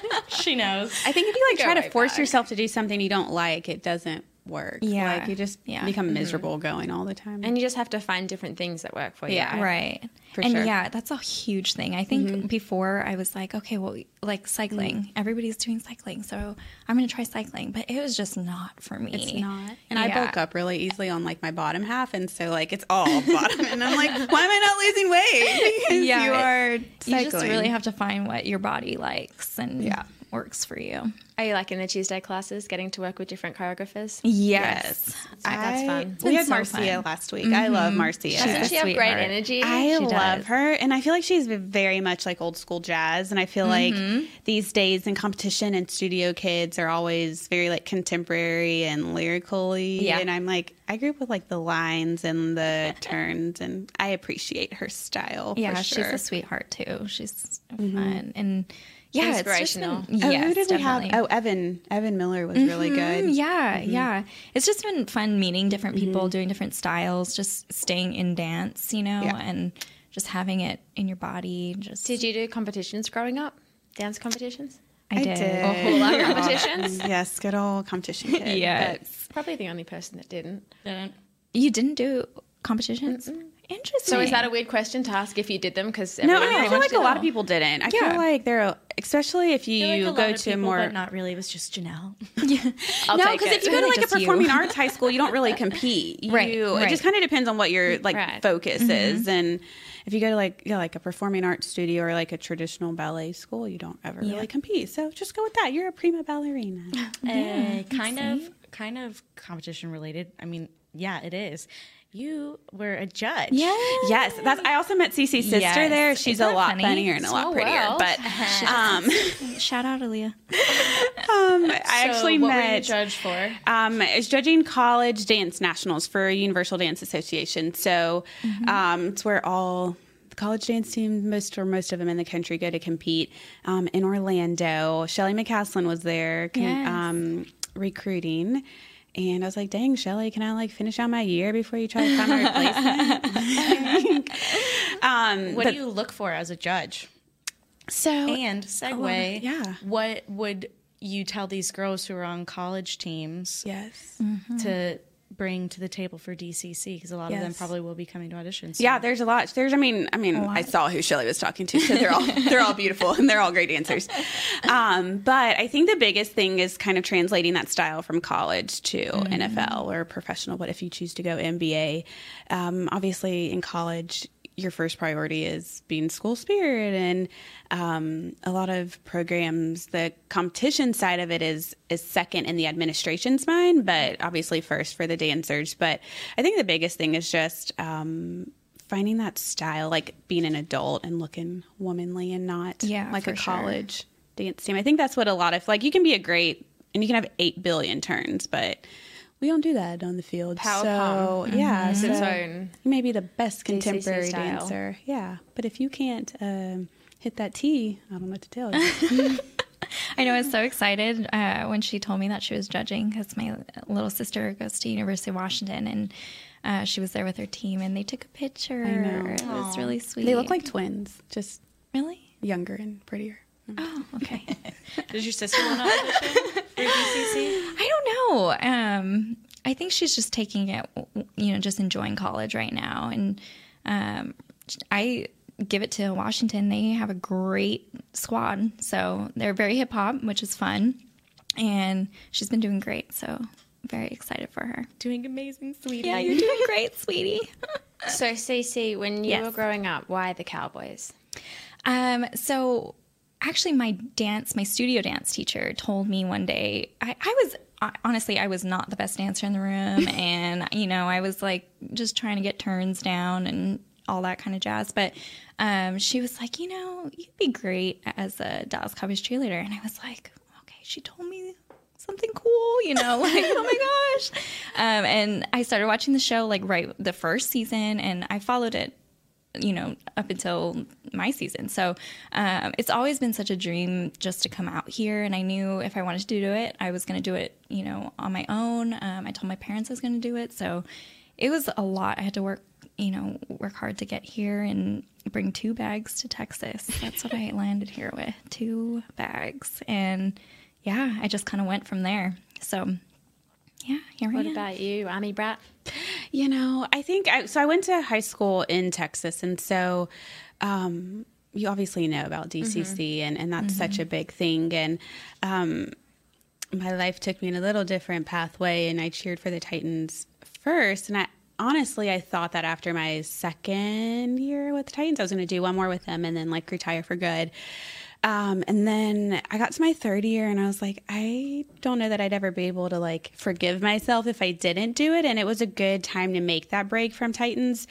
Speaker 2: she knows.
Speaker 4: I think if you like
Speaker 2: Go
Speaker 4: try to
Speaker 2: right
Speaker 4: force
Speaker 2: back.
Speaker 4: yourself to do something you don't like, it doesn't work.
Speaker 5: Yeah.
Speaker 4: Like, you just
Speaker 5: Yeah.
Speaker 4: become
Speaker 5: Mhm.
Speaker 4: miserable going all the time.
Speaker 3: And you just have to find different things that work for you.
Speaker 5: Right.
Speaker 4: For
Speaker 5: and
Speaker 4: sure. Mm-hmm.
Speaker 5: yeah, that's a huge thing. I think before I was like, okay, well, like cycling, everybody's doing cycling, so I'm going to try cycling, but it was just not for me.
Speaker 4: It's not. And I
Speaker 5: Yeah.
Speaker 4: bulk up really easily on like my bottom half. And so, like, it's all bottom. and I'm like, why am I not losing weight? Because
Speaker 5: Yeah,
Speaker 4: you are
Speaker 5: it- You just
Speaker 4: cycling.
Speaker 5: really have to find what your body likes and works for you.
Speaker 3: Are you like in the Tuesday classes, getting to work with different choreographers?
Speaker 5: Yes.
Speaker 3: I- that's fun.
Speaker 4: We had Marcia last week. I love Marcia.
Speaker 3: Doesn't she have great energy?
Speaker 4: I
Speaker 3: She
Speaker 4: love
Speaker 3: does.
Speaker 4: her, and I feel like she's very much like old school jazz. And I feel
Speaker 3: Mhm.
Speaker 4: like these days in competition and studio kids are always very like contemporary and lyrically.
Speaker 3: Yeah.
Speaker 4: And I'm like, I grew up with like the lines and the turns, and I appreciate her style.
Speaker 5: Yeah,
Speaker 4: for
Speaker 5: she's
Speaker 4: sure. Mm-hmm.
Speaker 5: a sweetheart too. She's fun and yeah,
Speaker 4: Inspirational.
Speaker 5: It's just been,
Speaker 4: Oh,
Speaker 5: yes,
Speaker 4: who did we have?
Speaker 5: definitely.
Speaker 4: Oh, Evan. Evan Miller was really
Speaker 5: Mhm,
Speaker 3: Mm-hmm.
Speaker 4: good.
Speaker 5: Yeah,
Speaker 4: Mhm.
Speaker 5: yeah. It's just been fun meeting different people,
Speaker 4: Mm-hmm.
Speaker 5: doing different styles, just staying in dance, you know,
Speaker 3: Yeah.
Speaker 5: and just having it in your body. Just
Speaker 3: Did you do competitions growing up? Dance competitions?
Speaker 5: I did. Oh,
Speaker 3: Or hula competitions?
Speaker 4: yes, good old competition. Kid.
Speaker 5: Yes.
Speaker 3: But Probably the only person that didn't.
Speaker 5: You didn't do competitions? Interesting.
Speaker 3: So is that a weird question to ask if you did them? Because
Speaker 4: No, I feel like a lot of people didn't. I
Speaker 3: Yeah.
Speaker 4: feel like they're especially if you
Speaker 2: I feel like a lot
Speaker 4: go
Speaker 2: of
Speaker 4: to a
Speaker 2: people,
Speaker 4: more
Speaker 2: but not really. It was just Janelle.
Speaker 3: I'll
Speaker 4: no,
Speaker 3: take
Speaker 4: because
Speaker 3: it.
Speaker 4: if you go to like a
Speaker 3: Just you.
Speaker 4: performing arts high school, you don't really compete. You,
Speaker 3: Right,
Speaker 4: It just
Speaker 3: right.
Speaker 4: kind of depends on what your like
Speaker 3: Right.
Speaker 4: focus is,
Speaker 2: Mm-hmm.
Speaker 3: Mhm.
Speaker 4: and if you go to like yeah, like a performing arts studio or like a traditional ballet school, you don't ever
Speaker 2: Yeah.
Speaker 4: really compete. So just go with that. You're a prima ballerina.
Speaker 2: Uh, kind of, kind of competition related. I mean, yeah, it is. You were a judge.
Speaker 4: Yeah. Yes. That's. I also met Cece's sister
Speaker 2: Yes.
Speaker 4: there. She's
Speaker 2: Isn't
Speaker 4: a
Speaker 2: that
Speaker 4: lot
Speaker 2: funny? Oh,
Speaker 4: funnier and a lot
Speaker 2: Small
Speaker 4: prettier.
Speaker 2: world.
Speaker 4: But um,
Speaker 5: shout out Aaliyah.
Speaker 4: Um, I
Speaker 2: So
Speaker 4: actually
Speaker 2: what were
Speaker 4: met
Speaker 2: you judged for?
Speaker 4: Um, I was judging college dance nationals for Universal Dance Association. So um, it's where all the college dance teams, most or most of them in the country, go to compete um, in Orlando. Shelly McCaslin was there con-
Speaker 10: Yes.
Speaker 4: um, recruiting. And I was like, dang, Shelly, can I like finish out my year before you try to find a replacement? um,
Speaker 2: What
Speaker 4: but-
Speaker 2: do you look for as a judge?
Speaker 4: So
Speaker 2: and segue,
Speaker 4: yeah.
Speaker 2: What would you tell these girls who are on college teams?
Speaker 4: Yes,
Speaker 2: to bring to the table for DCC because a lot of them
Speaker 4: Yes.
Speaker 2: probably will be coming to auditions.
Speaker 4: Yeah, there's a lot. There's, I mean, I mean, I saw who Shelly was talking to, so they're all they're all beautiful and they're all great dancers. Um, but I think the biggest thing is kind of translating that style from college to NFL or professional. But if you choose to go MBA, um, obviously in college. Your first priority is being school spirit, and um, a lot of programs. The competition side of it is is second in the administration's mind, but obviously first for the dancers. But I think the biggest thing is just um, finding that style, like being an adult and looking womanly and not
Speaker 5: Yeah,
Speaker 4: like a
Speaker 5: for sure.
Speaker 4: college dance team. I think that's what a lot of like you can be a great and you can have eight billion turns, but we don't do that on the field.
Speaker 3: Power
Speaker 4: so
Speaker 3: pump. Mhm.
Speaker 4: yeah,
Speaker 5: Mm-hmm.
Speaker 3: It's
Speaker 4: so
Speaker 3: its own
Speaker 4: You may be the
Speaker 3: DCC
Speaker 4: best contemporary
Speaker 3: style.
Speaker 4: dancer, yeah, but if you can't um, hit that T, I don't know what to tell you.
Speaker 5: I know I was so excited uh, when she told me that she was judging because my little sister goes to University of Washington and uh, she was there with her team and they took a picture.
Speaker 4: I know.
Speaker 5: It was
Speaker 4: Aw.
Speaker 5: really sweet.
Speaker 4: They look like twins, just
Speaker 5: really
Speaker 4: younger and prettier.
Speaker 5: Oh, okay.
Speaker 2: Does your sister want to audition for DCC?
Speaker 5: I don't know. Um, I think she's just taking it, you know, just enjoying college right now. And um, I give it to Washington. They have a great squad. So they're very hip hop, which is fun. And she's been doing great. So very excited for her.
Speaker 2: Doing amazing, sweetie.
Speaker 5: Yeah, you're doing great, sweetie.
Speaker 3: So, Cece, when you
Speaker 5: Yes.
Speaker 3: were growing up, why the Cowboys?
Speaker 4: Oh,
Speaker 5: Um, so actually my dance, my studio dance teacher told me one day, I, I was honestly, I was not the best dancer in the room. and, you know, I was like just trying to get turns down and all that kind of jazz. But, um, she was like, you know, you'd be great as a Dallas Cowboys cheerleader. And I was like, okay, she told me something cool, you know, like, oh my gosh. Um, and I started watching the show like right the first season and I followed it you know up until my season so um, it's always been such a dream just to come out here and i knew if i wanted to do it i was going to do it you know on my own um, i told my parents i was going to do it so it was a lot i had to work you know work hard to get here and bring two bags to texas that's what i landed here with two bags and yeah i just kind of went from there so yeah here we
Speaker 3: What
Speaker 5: are
Speaker 3: about you, Army Brat?
Speaker 4: You know, I think I, so. I went to high school in Texas, and so um, you obviously know about DCC, and, and that's such a big thing. And um, my life took me in a little different pathway, and I cheered for the Titans first. And I honestly, I thought that after my second year with the Titans, I was going to do one more with them and then like retire for good. Um, and then I got to my third year and I was like, I don't know that I'd ever be able to like forgive myself if I didn't do it. And it was a good time to make that break from Titans.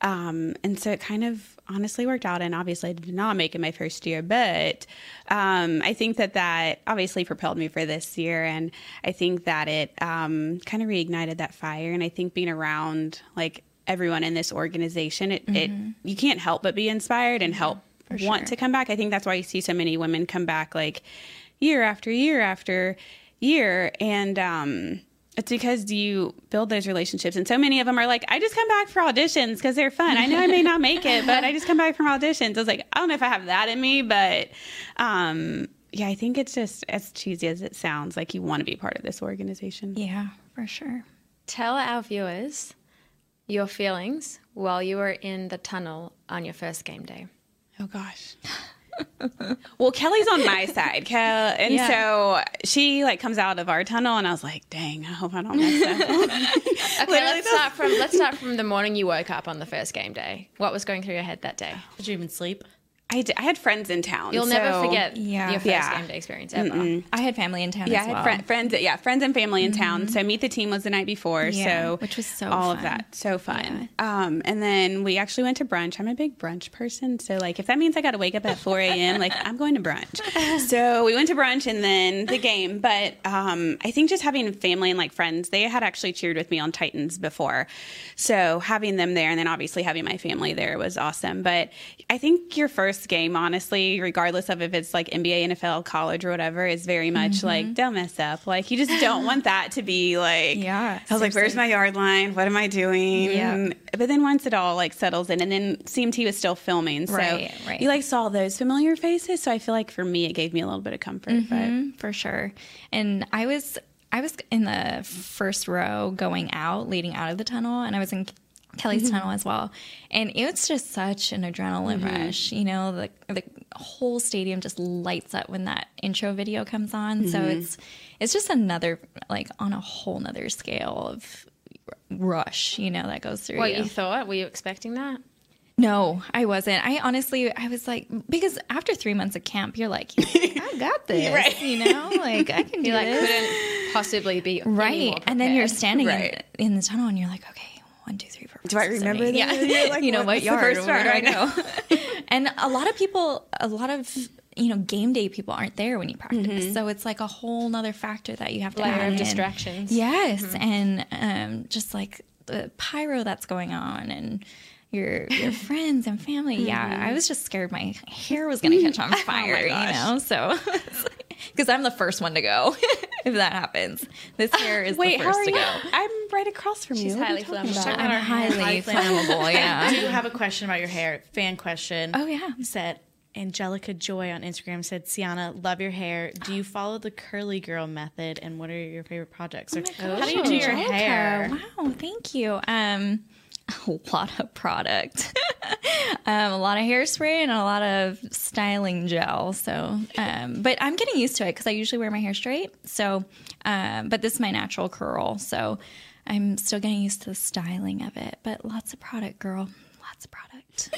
Speaker 4: Um, and so it kind of honestly worked out. And obviously, I did not make it my first year, but um, I think that that obviously propelled me for this year. And I think that it um, kind of reignited that fire. And I think being around like everyone in this organization, it,
Speaker 5: Mhm.
Speaker 4: it you can't help but be inspired and help
Speaker 5: Mm-hmm. for
Speaker 4: want
Speaker 5: sure.
Speaker 4: to come back. I think that's why you see so many women come back like year after year after year. And um, it's because you build those relationships. And so many of them are like, I just come back for auditions because they're fun. I know I may not make it, but I just come back from auditions. I was like, I don't know if I have that in me, but um, yeah, I think it's just as cheesy as it sounds. Like you want to be part of this organization.
Speaker 5: Yeah, for sure.
Speaker 3: Tell our viewers your feelings while you were in the tunnel on your first game day.
Speaker 4: Oh, gosh. well, Kelly's on my side, Kel, and
Speaker 3: Yeah.
Speaker 4: so she like comes out of our tunnel, and I was like, "Dang, I hope I don't mess up."
Speaker 3: Okay, let's start from let's start from the morning you woke up on the first game day. What was going through your head that day?
Speaker 2: Did you even sleep?
Speaker 4: I, d- I had friends in town.
Speaker 3: You'll never
Speaker 4: so-
Speaker 3: forget your first
Speaker 4: Yeah.
Speaker 3: game day experience ever.
Speaker 4: Mm-mm.
Speaker 5: i had family in town
Speaker 4: Yeah,
Speaker 5: as
Speaker 4: I had
Speaker 5: well. Mm-hmm.
Speaker 4: friend, friends. Yeah, friends and family in town. So meet the team was the night before.
Speaker 5: Yeah,
Speaker 4: so
Speaker 5: which was so
Speaker 4: all
Speaker 5: fun.
Speaker 4: of that so fun. Um, and then we actually went to brunch. I'm a big brunch person. So like if that means I got to wake up at 4 a.m., like I'm going to brunch. So we went to brunch and then the game. But um, I think just having family and like friends, they had actually cheered with me on Titans before. So having them there and then obviously having my family there was awesome. But I think your first this game, honestly, regardless of if it's like NBA, NFL, college, or whatever, is very much
Speaker 10: Mhm.
Speaker 4: like don't mess up. Like you just don't want that to be like.
Speaker 5: Yeah.
Speaker 4: I was like, where's my yard line? What am I doing?
Speaker 10: Yeah.
Speaker 4: But then once it all like settles in, and then CMT was still filming, so
Speaker 5: Right, right.
Speaker 4: you like saw those familiar faces. So I feel like for me, it gave me a little bit of comfort. But
Speaker 5: Mhm, for sure. And I was I was in the first row going out, leading out of the tunnel, and I was in Kelly's
Speaker 3: Mm-hmm.
Speaker 10: Mhm.
Speaker 5: tunnel as well. And it was just such an adrenaline
Speaker 3: Mm-hmm.
Speaker 10: Mhm.
Speaker 5: rush. You know, the the whole stadium just lights up when that intro video comes on. So
Speaker 3: Mm-hmm.
Speaker 10: Mhm.
Speaker 5: it's it's just another like on a whole nother scale of rush, you know, that goes through.
Speaker 3: What
Speaker 5: you.
Speaker 3: you thought? Were you expecting that?
Speaker 5: No, I wasn't. I honestly, I was like, because after three months of camp, you're like, I got this,
Speaker 3: Right.
Speaker 5: you know, like I can do
Speaker 3: You like
Speaker 5: this.
Speaker 3: couldn't possibly be any more
Speaker 5: right. And then you're
Speaker 3: prepared.
Speaker 5: standing in-
Speaker 3: Right.
Speaker 5: in, the tunnel, and you're like, okay, one, two, three, four.
Speaker 10: Do I
Speaker 5: five, six,
Speaker 10: remember
Speaker 5: seven, eight.
Speaker 10: that?
Speaker 5: Yeah,
Speaker 10: You're like,
Speaker 5: you know
Speaker 10: what-
Speaker 5: what
Speaker 10: what's the
Speaker 5: yard?
Speaker 10: first
Speaker 5: Where do I
Speaker 10: yard?
Speaker 5: know? and a lot of people, a lot of you know, game day people aren't there when you practice, so it's like a whole nother factor that you have to
Speaker 3: Mm-hmm. Layer of
Speaker 5: add in.
Speaker 3: distractions.
Speaker 5: Yes,
Speaker 3: Mhm.
Speaker 5: and um, just like the pyro that's going on, and your your friends and family.
Speaker 10: Mhm.
Speaker 5: Yeah, I was just scared my hair was going to catch on
Speaker 10: Oh my
Speaker 5: fire, you
Speaker 10: gosh.
Speaker 5: know. So because I'm the first one to go if that happens. This hair is
Speaker 4: Wait,
Speaker 5: the
Speaker 4: how
Speaker 5: first
Speaker 4: are
Speaker 5: to
Speaker 4: you?
Speaker 5: go.
Speaker 4: I'm right across from you.
Speaker 5: She's
Speaker 4: What are
Speaker 5: highly
Speaker 4: you talking
Speaker 5: flammable.
Speaker 4: about?
Speaker 5: Check out I'm our highly flammable, yeah.
Speaker 2: I do have a question about your hair. Fan question.
Speaker 5: Oh yeah.
Speaker 2: Said Angelica Joy on Instagram said, Sienna, love your hair. Do you follow the curly girl method? And what are your favorite
Speaker 3: Oh
Speaker 2: projects? Or how do you do your
Speaker 5: Angelica,
Speaker 2: hair?
Speaker 5: Oh, Wow, thank you. Um, a lot of product, um, a lot of hairspray, and a lot of styling gel. So, um, but I'm getting used to it because I usually wear my hair straight. So, um, but this is my natural curl. So, I'm still getting used to the styling of it. But lots of product, girl. Lots of product.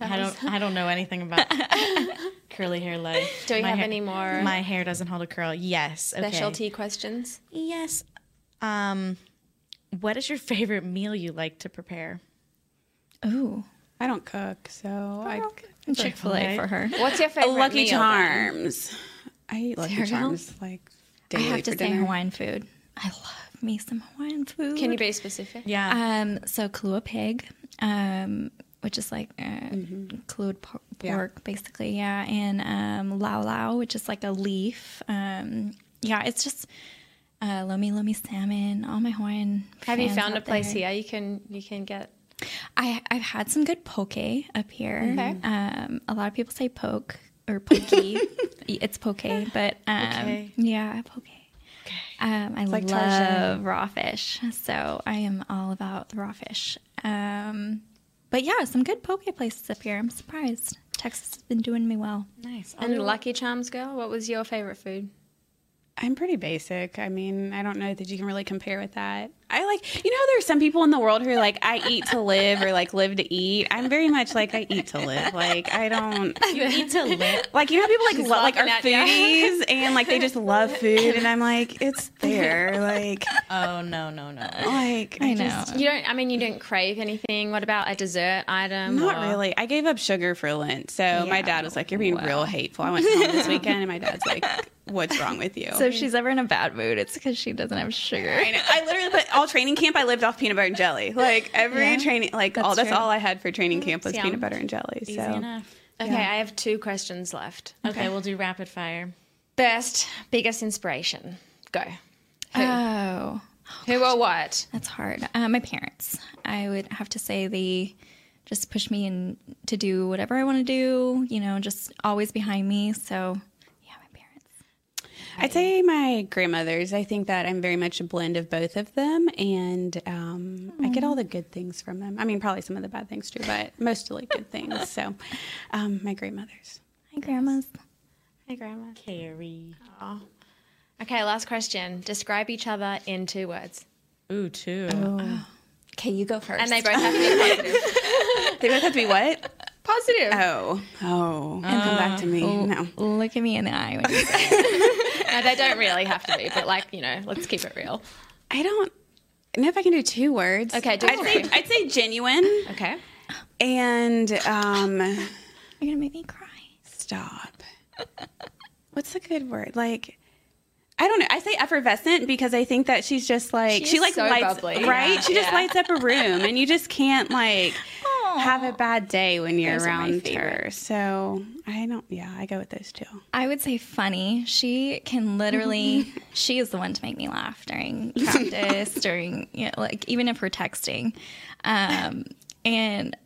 Speaker 2: I don't I don't know anything about curly hair life.
Speaker 3: Do we
Speaker 2: My
Speaker 3: have
Speaker 2: hair-
Speaker 3: any more
Speaker 2: My hair doesn't hold a curl. Yes. okay.
Speaker 3: specialty questions?
Speaker 2: Yes. Um what is your favorite meal you like to prepare?
Speaker 5: Ooh.
Speaker 4: I don't cook, so
Speaker 5: Oh,
Speaker 4: I
Speaker 5: Chick-fil-A for her.
Speaker 3: What's your favorite
Speaker 4: Lucky
Speaker 3: meal, then?
Speaker 4: Charms. I eat Lucky
Speaker 5: Cereal?
Speaker 4: Charms like daily
Speaker 5: I have to
Speaker 4: for
Speaker 5: say
Speaker 4: dinner.
Speaker 5: Hawaiian food. I love me some Hawaiian food.
Speaker 3: Can you be specific?
Speaker 2: Uh,
Speaker 5: Um, so Kalua pig, um, which is like uh, Kahlua por-
Speaker 3: Mm-hmm. Yeah.
Speaker 5: pork, basically. Yeah, and um, lau lau, which is like a leaf. Um, yeah, it's just uh, lomi lomi salmon. All my Hawaiian.
Speaker 3: Have you
Speaker 5: fans
Speaker 3: found a
Speaker 5: out
Speaker 3: place
Speaker 5: there.
Speaker 3: here you can you can get?
Speaker 5: I I've had some good poke up here.
Speaker 3: Okay.
Speaker 5: Um, a lot of people say poke or pokey. it's poke, but um,
Speaker 10: Okay.
Speaker 5: yeah, poke. Um, I
Speaker 10: It's like
Speaker 5: love
Speaker 10: Tarzan.
Speaker 5: raw fish, so I am all about the raw fish. Um, but yeah, some good poke places up here. I'm surprised. Texas has been doing me well.
Speaker 2: Nice.
Speaker 3: And Lucky Charms girl, what was your favorite food?
Speaker 4: I'm pretty basic. I mean, I don't know that you can really compare with that. I like, you know, there's some people in the world who are like, I eat to live or like live to eat. I'm very much like, I eat to live. Like, I don't.
Speaker 2: You eat to live?
Speaker 4: Like, you know, how people like,
Speaker 10: She's
Speaker 4: lo- like are
Speaker 10: laughing at you.
Speaker 4: foodies and like they just love food. And I'm like, it's there. Like,
Speaker 2: oh, no, no, no.
Speaker 4: Like, I, just.
Speaker 3: you don't. I mean, you don't crave anything. What about a dessert item?
Speaker 4: Not
Speaker 3: or-
Speaker 4: really. I gave up sugar for Lent. So my dad was like, You're being real hateful. I went home this weekend and my dad's like, What's wrong with you?
Speaker 5: So if she's ever in a bad mood, it's because she doesn't have sugar.
Speaker 4: I know. I literally put all training camp. I lived off peanut butter and jelly. Like every
Speaker 3: Yeah.
Speaker 4: training, like all
Speaker 3: That's
Speaker 4: that's
Speaker 3: true.
Speaker 4: all I had for training camp was
Speaker 3: Yum.
Speaker 4: peanut butter and jelly. So
Speaker 3: Okay,
Speaker 4: Yeah.
Speaker 3: I have two questions left.
Speaker 2: Okay, we'll do rapid fire.
Speaker 3: Best, biggest inspiration. Go. Uh,
Speaker 5: Oh.
Speaker 3: Who or what?
Speaker 5: That's hard. Uh, my parents. I would have to say they just push me in to do whatever I want to do, you know, just always behind me. So
Speaker 4: I'd say my grandmother's. I think that I'm very much a blend of both of them, and um, I get all
Speaker 3: Mm.
Speaker 4: the good things from them. I mean, probably some of the bad things too, but mostly good things. So, um, my grandmother's.
Speaker 5: Hi, grandmas.
Speaker 3: Hey, grandma.
Speaker 2: Carrie.
Speaker 3: Oh. Okay, last question. Describe each other in two words.
Speaker 2: Ooh, two.
Speaker 5: Okay, you go first.
Speaker 3: And they both have to be positive.
Speaker 4: They both have to be what?
Speaker 3: Positive. Uh,
Speaker 4: Oh, oh, and come back to me. No,
Speaker 5: look at me in the eye. When you
Speaker 3: no, they don't really have to be, but like you know, let's keep it real.
Speaker 4: I don't know if I can do two words.
Speaker 3: Okay, do
Speaker 4: I'd say,
Speaker 3: three.
Speaker 4: I'd say genuine.
Speaker 3: Okay.
Speaker 4: And um, you're
Speaker 5: gonna make me cry.
Speaker 4: Stop. What's a good word? Like. I don't know. I say effervescent because I think that she's just like
Speaker 10: She
Speaker 4: she
Speaker 10: is
Speaker 4: like
Speaker 10: so
Speaker 4: lights
Speaker 10: bubbly.
Speaker 4: right.
Speaker 10: Yeah,
Speaker 4: she just
Speaker 10: yeah.
Speaker 4: lights up a room, and you just can't like. have a bad day when you're
Speaker 5: Those are my
Speaker 4: around
Speaker 5: favorite.
Speaker 4: her. So I don't. Yeah, I go with those two.
Speaker 5: I would say funny. She can literally, she is the one to make me laugh during practice, during, you know, like even if we're texting. Um, and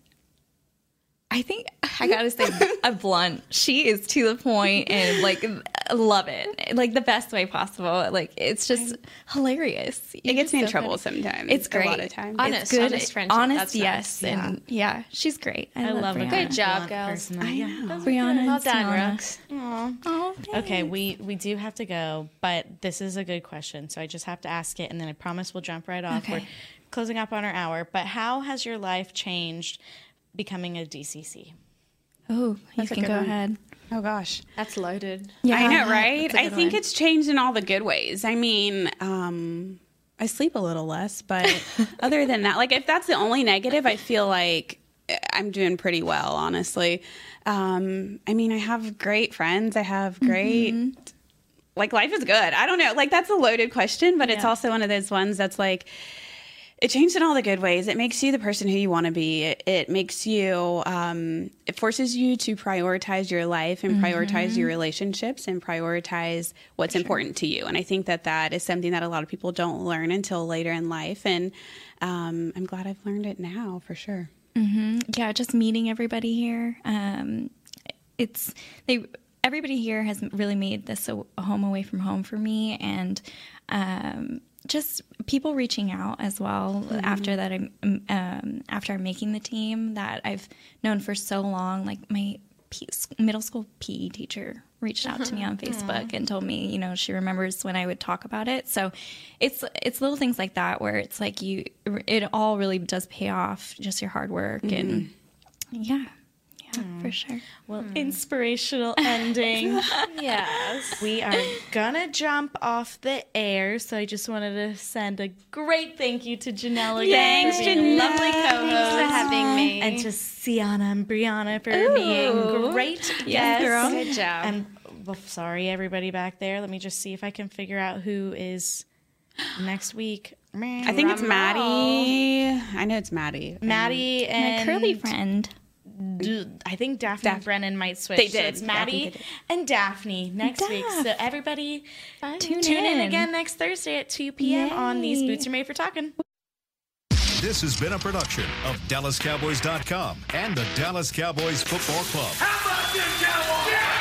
Speaker 5: I think I gotta say, a blunt. She is to the point and like I love it, like the best way possible. Like it's just hilarious. It
Speaker 4: gets me in trouble sometimes,
Speaker 5: It's
Speaker 4: a
Speaker 5: great.
Speaker 4: lot of times.
Speaker 5: it's
Speaker 4: Honest,
Speaker 5: good.
Speaker 4: honest friendship,
Speaker 5: Honest,
Speaker 4: that's
Speaker 5: yes,
Speaker 4: nice, yeah.
Speaker 5: and yeah, she's great. I,
Speaker 2: I
Speaker 5: love,
Speaker 2: love a
Speaker 5: Brianna.
Speaker 2: good job, Blunt girls. person. I know. Those are good.
Speaker 5: Brianna,
Speaker 2: Well
Speaker 5: and
Speaker 2: done,
Speaker 5: Sienna.
Speaker 2: Rooks.
Speaker 4: Oh,
Speaker 2: Okay, we we do have to go, but this is a good question, so I just have to ask it, and then I promise we'll jump right off. We're
Speaker 5: Okay.
Speaker 2: closing up on our hour, but how has your life changed becoming a DCC?
Speaker 5: Oh, you
Speaker 2: That's a
Speaker 5: can
Speaker 2: good
Speaker 5: go
Speaker 2: one.
Speaker 5: ahead.
Speaker 4: Oh gosh,
Speaker 3: that's loaded.
Speaker 4: I know, right? I think
Speaker 3: it's.
Speaker 4: it's changed in all the good ways. I mean, um, I sleep a little less, but other than that, like if that's the only negative, I feel like eh, I'm doing pretty well, honestly. Um, I mean, I have great friends. I have great. Like life is good. I don't know. Like that's a loaded question, but it's also one of those ones that's like it changed in all the good ways. It makes you the person who you want to be. It, it makes you, um, it forces you to prioritize your life and prioritize
Speaker 10: Mhm.
Speaker 4: your relationships and prioritize what's important to you. And I think that that is something that a lot of people don't learn until later in life. And um, I'm glad I've learned it now for sure.
Speaker 5: hmm Yeah, just meeting everybody here. Um, it's they. Everybody here has really made this a, a home away from home for me, and um, just people reaching out as well after that. I'm um, after I'm making the team that I've known for so long. Like my P- middle school PE teacher reached out to me on Facebook
Speaker 10: Aw.
Speaker 5: and told me, you know, she remembers when I would talk about it. So it's it's little things like that where it's like you it all really does pay off just your hard work and yeah. Yeah, for sure.
Speaker 2: Well, inspirational ending. yes. We are gonna jump off the air, so I just wanted to send a great thank you to Janelle again.
Speaker 3: Thanks,
Speaker 2: for being a
Speaker 3: Janelle.
Speaker 2: Lovely
Speaker 3: Thanks
Speaker 2: co-host.
Speaker 3: for having me.
Speaker 2: And to Sienna and Brianna for
Speaker 3: Ooh.
Speaker 2: being great.
Speaker 3: Yes,
Speaker 2: guests.
Speaker 3: girl. Good job.
Speaker 2: And well, sorry everybody back there. Let me just see if I can figure out who is next week.
Speaker 4: I think it's Maddie. I know it's Maddie.
Speaker 2: Maddie and
Speaker 5: friend.
Speaker 2: I think Daphne and Brennan might switch.
Speaker 4: They
Speaker 2: So
Speaker 4: did.
Speaker 2: it's
Speaker 4: Yeah, I
Speaker 2: Maddie
Speaker 4: think they
Speaker 2: and Daphne next week. So everybody tune, in.
Speaker 1: in.
Speaker 2: again next Thursday at 2 p.m. on These Boots Are Made for Talking.
Speaker 1: This has been a production of DallasCowboys.com and the Dallas Cowboys Football Club.
Speaker 14: How about this, Cowboys? Yeah!